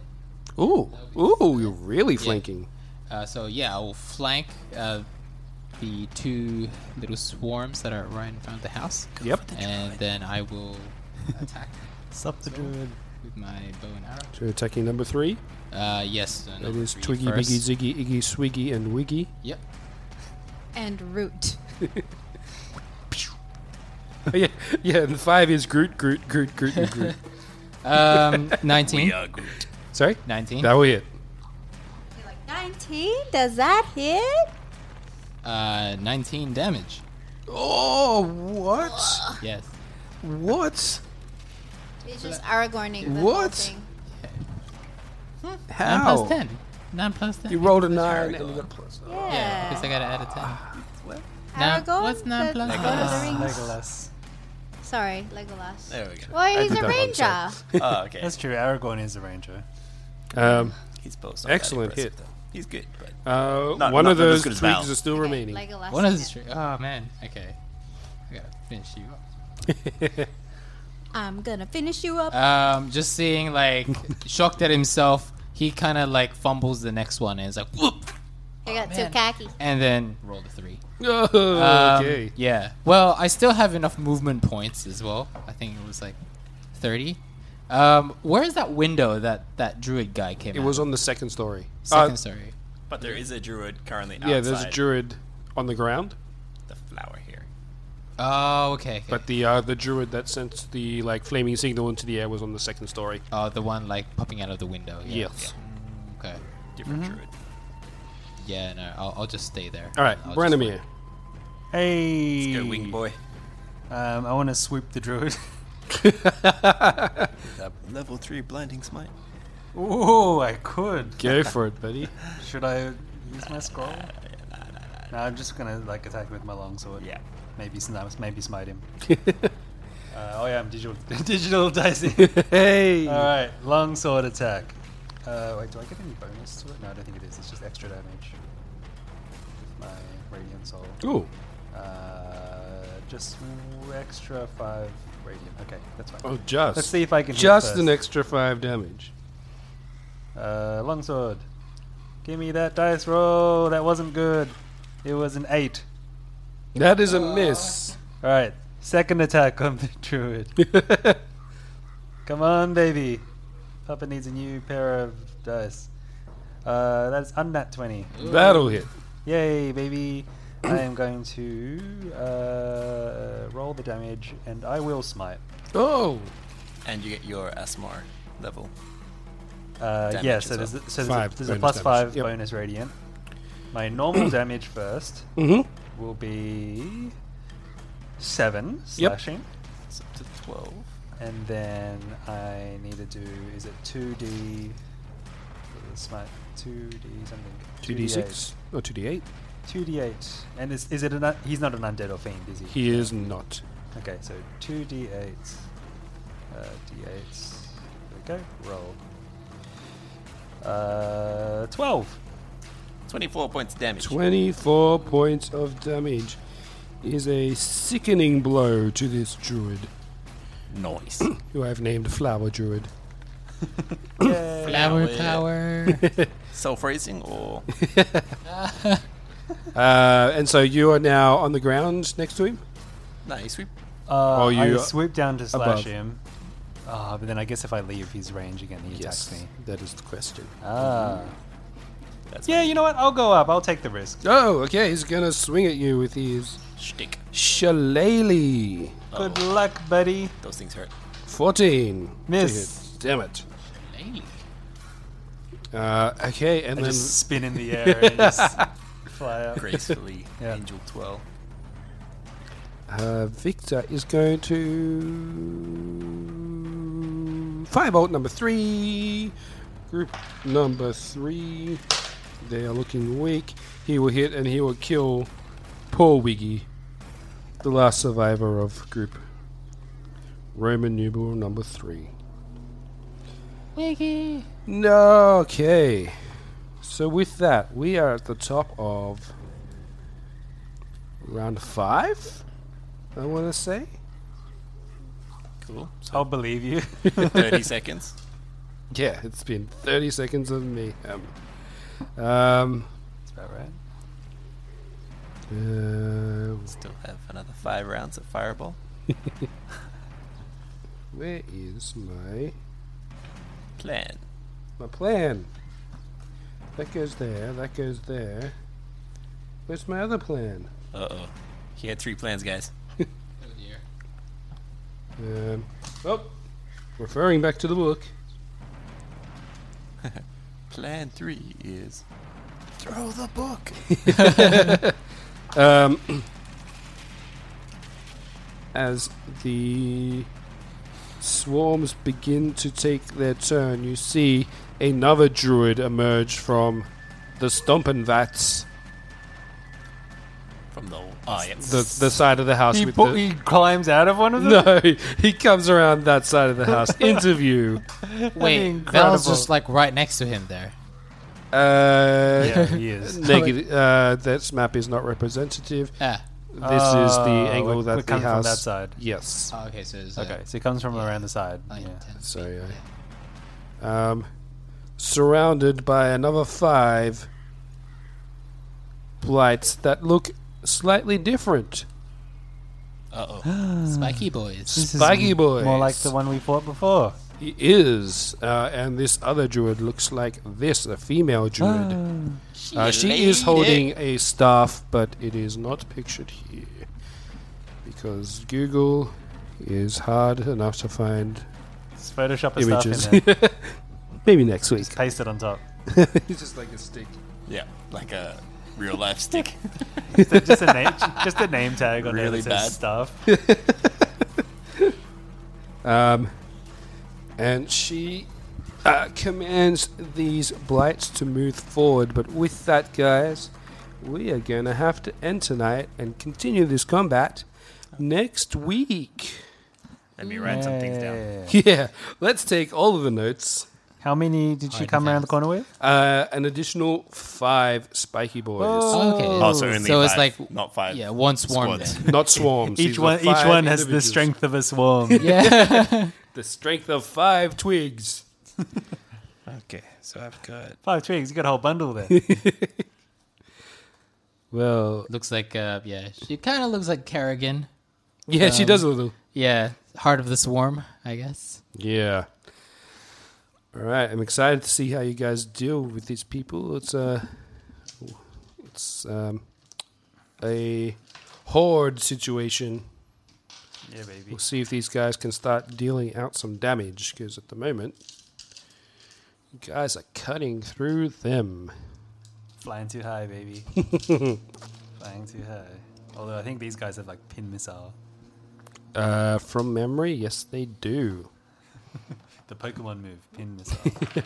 Ooh, ooh, you're really flanking. Uh, so yeah, I will flank uh, the two little swarms that are right in front of the house. Yep. And then I will (laughs) attack. Sup the druid. With my bow and arrow. So attacking number three. Uh, yes. uh, That number is three Twiggy, first. Biggy, Ziggy, Iggy, Swiggy, and Wiggy. (laughs) Yep. And root. Oh, yeah, yeah. And five is Groot, Groot, Groot, Groot, and (laughs) Groot. Um, 19. Sorry, 19. That will hit. 19? Does that hit? Uh, 19 damage. Oh, what? Yes. What? It's just Aragorning. the whole What? thing. How? 9 plus 10. 9 plus 10. You rolled a nine and you got plus. Yeah, because I gotta (sighs) add a 10. what? Now, Aragorn? what's 9 The plus Lord of 10? the Rings? Sorry, Legolas. There we go. Well, I he's did a that one, ranger. Oh, okay. That's true. Aragorn is a ranger. Um, He's both. excellent hit. He's good. But Uh, Not- one not- of not as those good as twigs Val. is still remaining. Legolas. What is this? Tree? Oh, man. Okay. I gotta finish you up. I'm gonna finish you up. Um, just (laughs) seeing like shocked at himself, he kind of like fumbles the next one and is like, whoop, I got too khaki. and then roll the three. (laughs) Oh, Um, okay. Yeah. Well, I still have enough movement points as well. I think it was like thirty. Um, where is that window that that druid guy came? It out was uh, of? on the second story. Second Uh, story. But there is a druid currently Yeah, there's a outside druid on the ground, the flower here. Oh, okay. okay. but the uh, the druid that sent the like flaming signal into the air was on the second story. Oh, the one like popping out of the window. Yeah. Yes. Mm, Okay. Different Mm-hmm. druid. Yeah. No, I'll, I'll just stay there. All right, I'll just Branimir. Hey. Let's go, wing boy. Um, I want to swoop the druid. (laughs) That level three blinding smite. Ooh, I could. Go (laughs) for it, buddy. Should I use my scroll? No, I'm just gonna like attack with my longsword. Yeah. Maybe sni- maybe smite him. Uh, oh yeah, I'm digital (laughs) digital dicing. hey. All right, longsword attack. Uh, wait, do I get any bonus to it? No, I don't think it is. It's just extra damage. With my radiant soul. Ooh. Uh, just extra five radiant. Okay, that's fine. Oh, just. Let's see if I can. hit Just first. an extra five damage. Uh, longsword. Give me that dice roll. That wasn't good. It was an eight. That is a miss. All right. Second attack on the (laughs) druid. (laughs) Come on, baby. Papa needs a new pair of dice. Uh, that's unnat 20. Uh, That'll hit. Yay, baby. I am going to uh, roll the damage and I will smite. Oh. And you get your SMR level. Uh, damage yeah, as so there's, well. a- so there's, Five a, there's a bonus plus damage. five Yep. bonus radiant. My normal damage 1st Mhm. will be seven Yep. slashing. It's up to twelve. And then I need to do is it two D smite two D something. 2d6 or 2d8. Two D eight. And is is it an un- he's not an undead or fiend, is he? He is not. Okay, so two D eight uh, D eights. There we go. Roll. Uh, twelve. 24 points damage. 24 points of damage is a sickening blow to this druid. (clears throat) Nice. who I've named Flower Druid. Oh, Flower (laughs) power. Self raising or. (laughs) Uh, and so you are now on the ground next to him? no, you sweep. Uh, Or I you- swoop down to slash above. him. Ah, but then I guess if I leave his range again, he Yes, attacks me. that is the question. Ah. yeah, you know what? I'll go up. I'll take the risk. Oh, okay, he's gonna swing at you with his shtick. Shillelagh. Good Oh. luck, buddy. Those things (laughs) hurt. 14. Miss. To hit. Damn it. Uh, okay, and I then just spin in the air (laughs) and just fly up. Gracefully. Yeah. Angel twirl. uh, Victor is going to firebolt number three. Group number three. They are looking weak. He will hit and he will kill poor Wiggy, the last survivor of group Roman numeral number three. Wiggy. No, okay. So with that, we are at the top of round five. I want to say Cool. I'll believe (laughs) you. 30 seconds. Yeah, it's been 30 seconds of mayhem. Um, That's about right. uh, Still have another five rounds of fireball. where is my Plan. my plan? That goes there. That goes there. Where's my other plan? Uh oh. He had three plans, guys. Um, oh, referring back to the book. Plan three is. Throw the book. um, as the swarms begin to take their turn, you see another druid emerge from the stompen vats, From the. Oh, yeah. the the side of the house. He, with pu- the, (laughs) he climbs out of one of them. no, he comes around that side of the house. Interview. Wait, Val's just like right next to him there. Uh, (laughs) Yeah, he is. Negative. Uh, that map is not representative. Ah. This is Oh, the angle we're- that we're the coming from house. that side. Yes. Oh, okay, so it's, uh, Okay, so he comes from around the side. Yeah. Sorry. I, um, surrounded by another five blights that look slightly different. Uh oh. (gasps) Spiky boys. This is Spiky m- boys. More like the one we fought before. He is, uh, and this other druid looks like this, a female druid. Uh, she is holding a staff, but it is not pictured here because Google is hard enough to find Just Photoshop his stuff images. (laughs) in there. Maybe next week. Paste it on top. He's just like a stick. Yeah, like a real life stick. just, just a name, just a name tag on Really there that says bad. (laughs) stuff. Um, and she uh, commands these blights to move forward. But with that, guys, we are going to have to end tonight and continue this combat next week. (laughs) Let me write some things down. (laughs) Yeah, let's take all of the notes. How many did she come around the corner with? Uh, an additional five spiky boys. Oh. Okay. Oh, so only So it's five, like- not five. Yeah, one swarm. Squads. then. Not swarms. (laughs) Each These one, are each five one has the individuals. strength of a (laughs) swarm. the strength of five twigs. Okay, so I've got Five twigs. You got a whole bundle (laughs) there. Well, looks like uh, yeah, she kind of looks like Kerrigan. Yeah, um, she does a little. Yeah, heart of the swarm, I guess. Yeah. All right, I'm excited to see how you guys deal with these people. It's a, it's um, a horde situation. Yeah, baby. We'll see if these guys can start dealing out some damage because at the moment, you guys are cutting through them. Flying too high, baby. Flying too high. Although I think these guys have like pin missile, Uh, from memory, yes, they do. the Pokemon move, pin missile.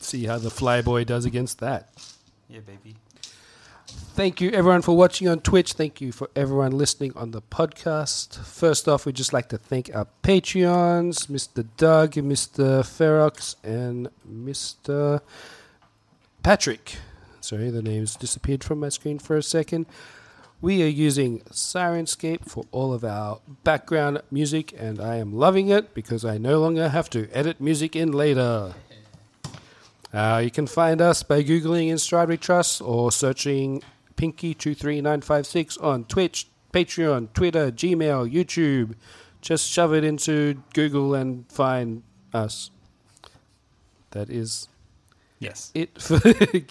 See how the flyboy does against that. yeah, baby. Thank you, everyone, for watching on Twitch. Thank you for everyone listening on the podcast. First off, we'd just like to thank our Patreons, Mr. Doug, Mr. Ferox, and Mr. Patrick. Sorry, the names disappeared from my screen for a second. We are using Sirenscape for all of our background music, and I am loving it because I no longer have to edit music in later. Uh, you can find us by Googling In Stride We Trust or searching Pinky23956 on Twitch, Patreon, Twitter, Gmail, YouTube. Just shove it into Google and find us. That is Yes. it.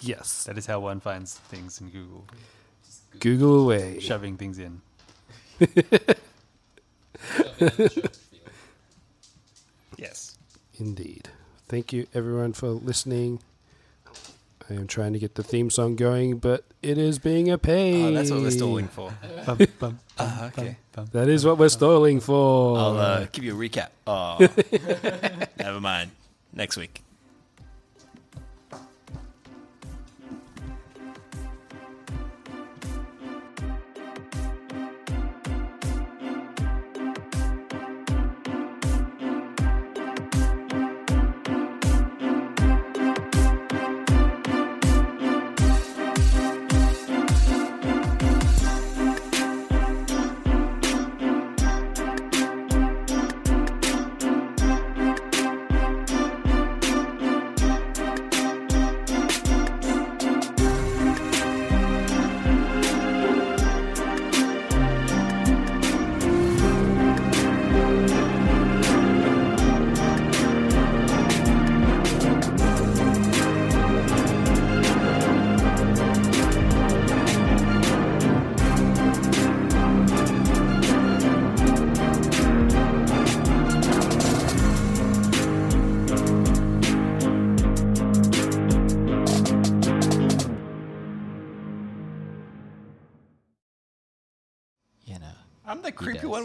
(laughs) yes. That is how one finds things in Google. Google away. Shoving things in. Yes. Indeed. Thank you, everyone, for listening. I am trying to get the theme song going, but it is being a pain. Oh, that's what we're stalling for. Bum, bum, Ah, bum, okay. bum. That is what we're stalling for. I'll uh, give you a recap. Oh, never mind. Next week. I'm the creepy one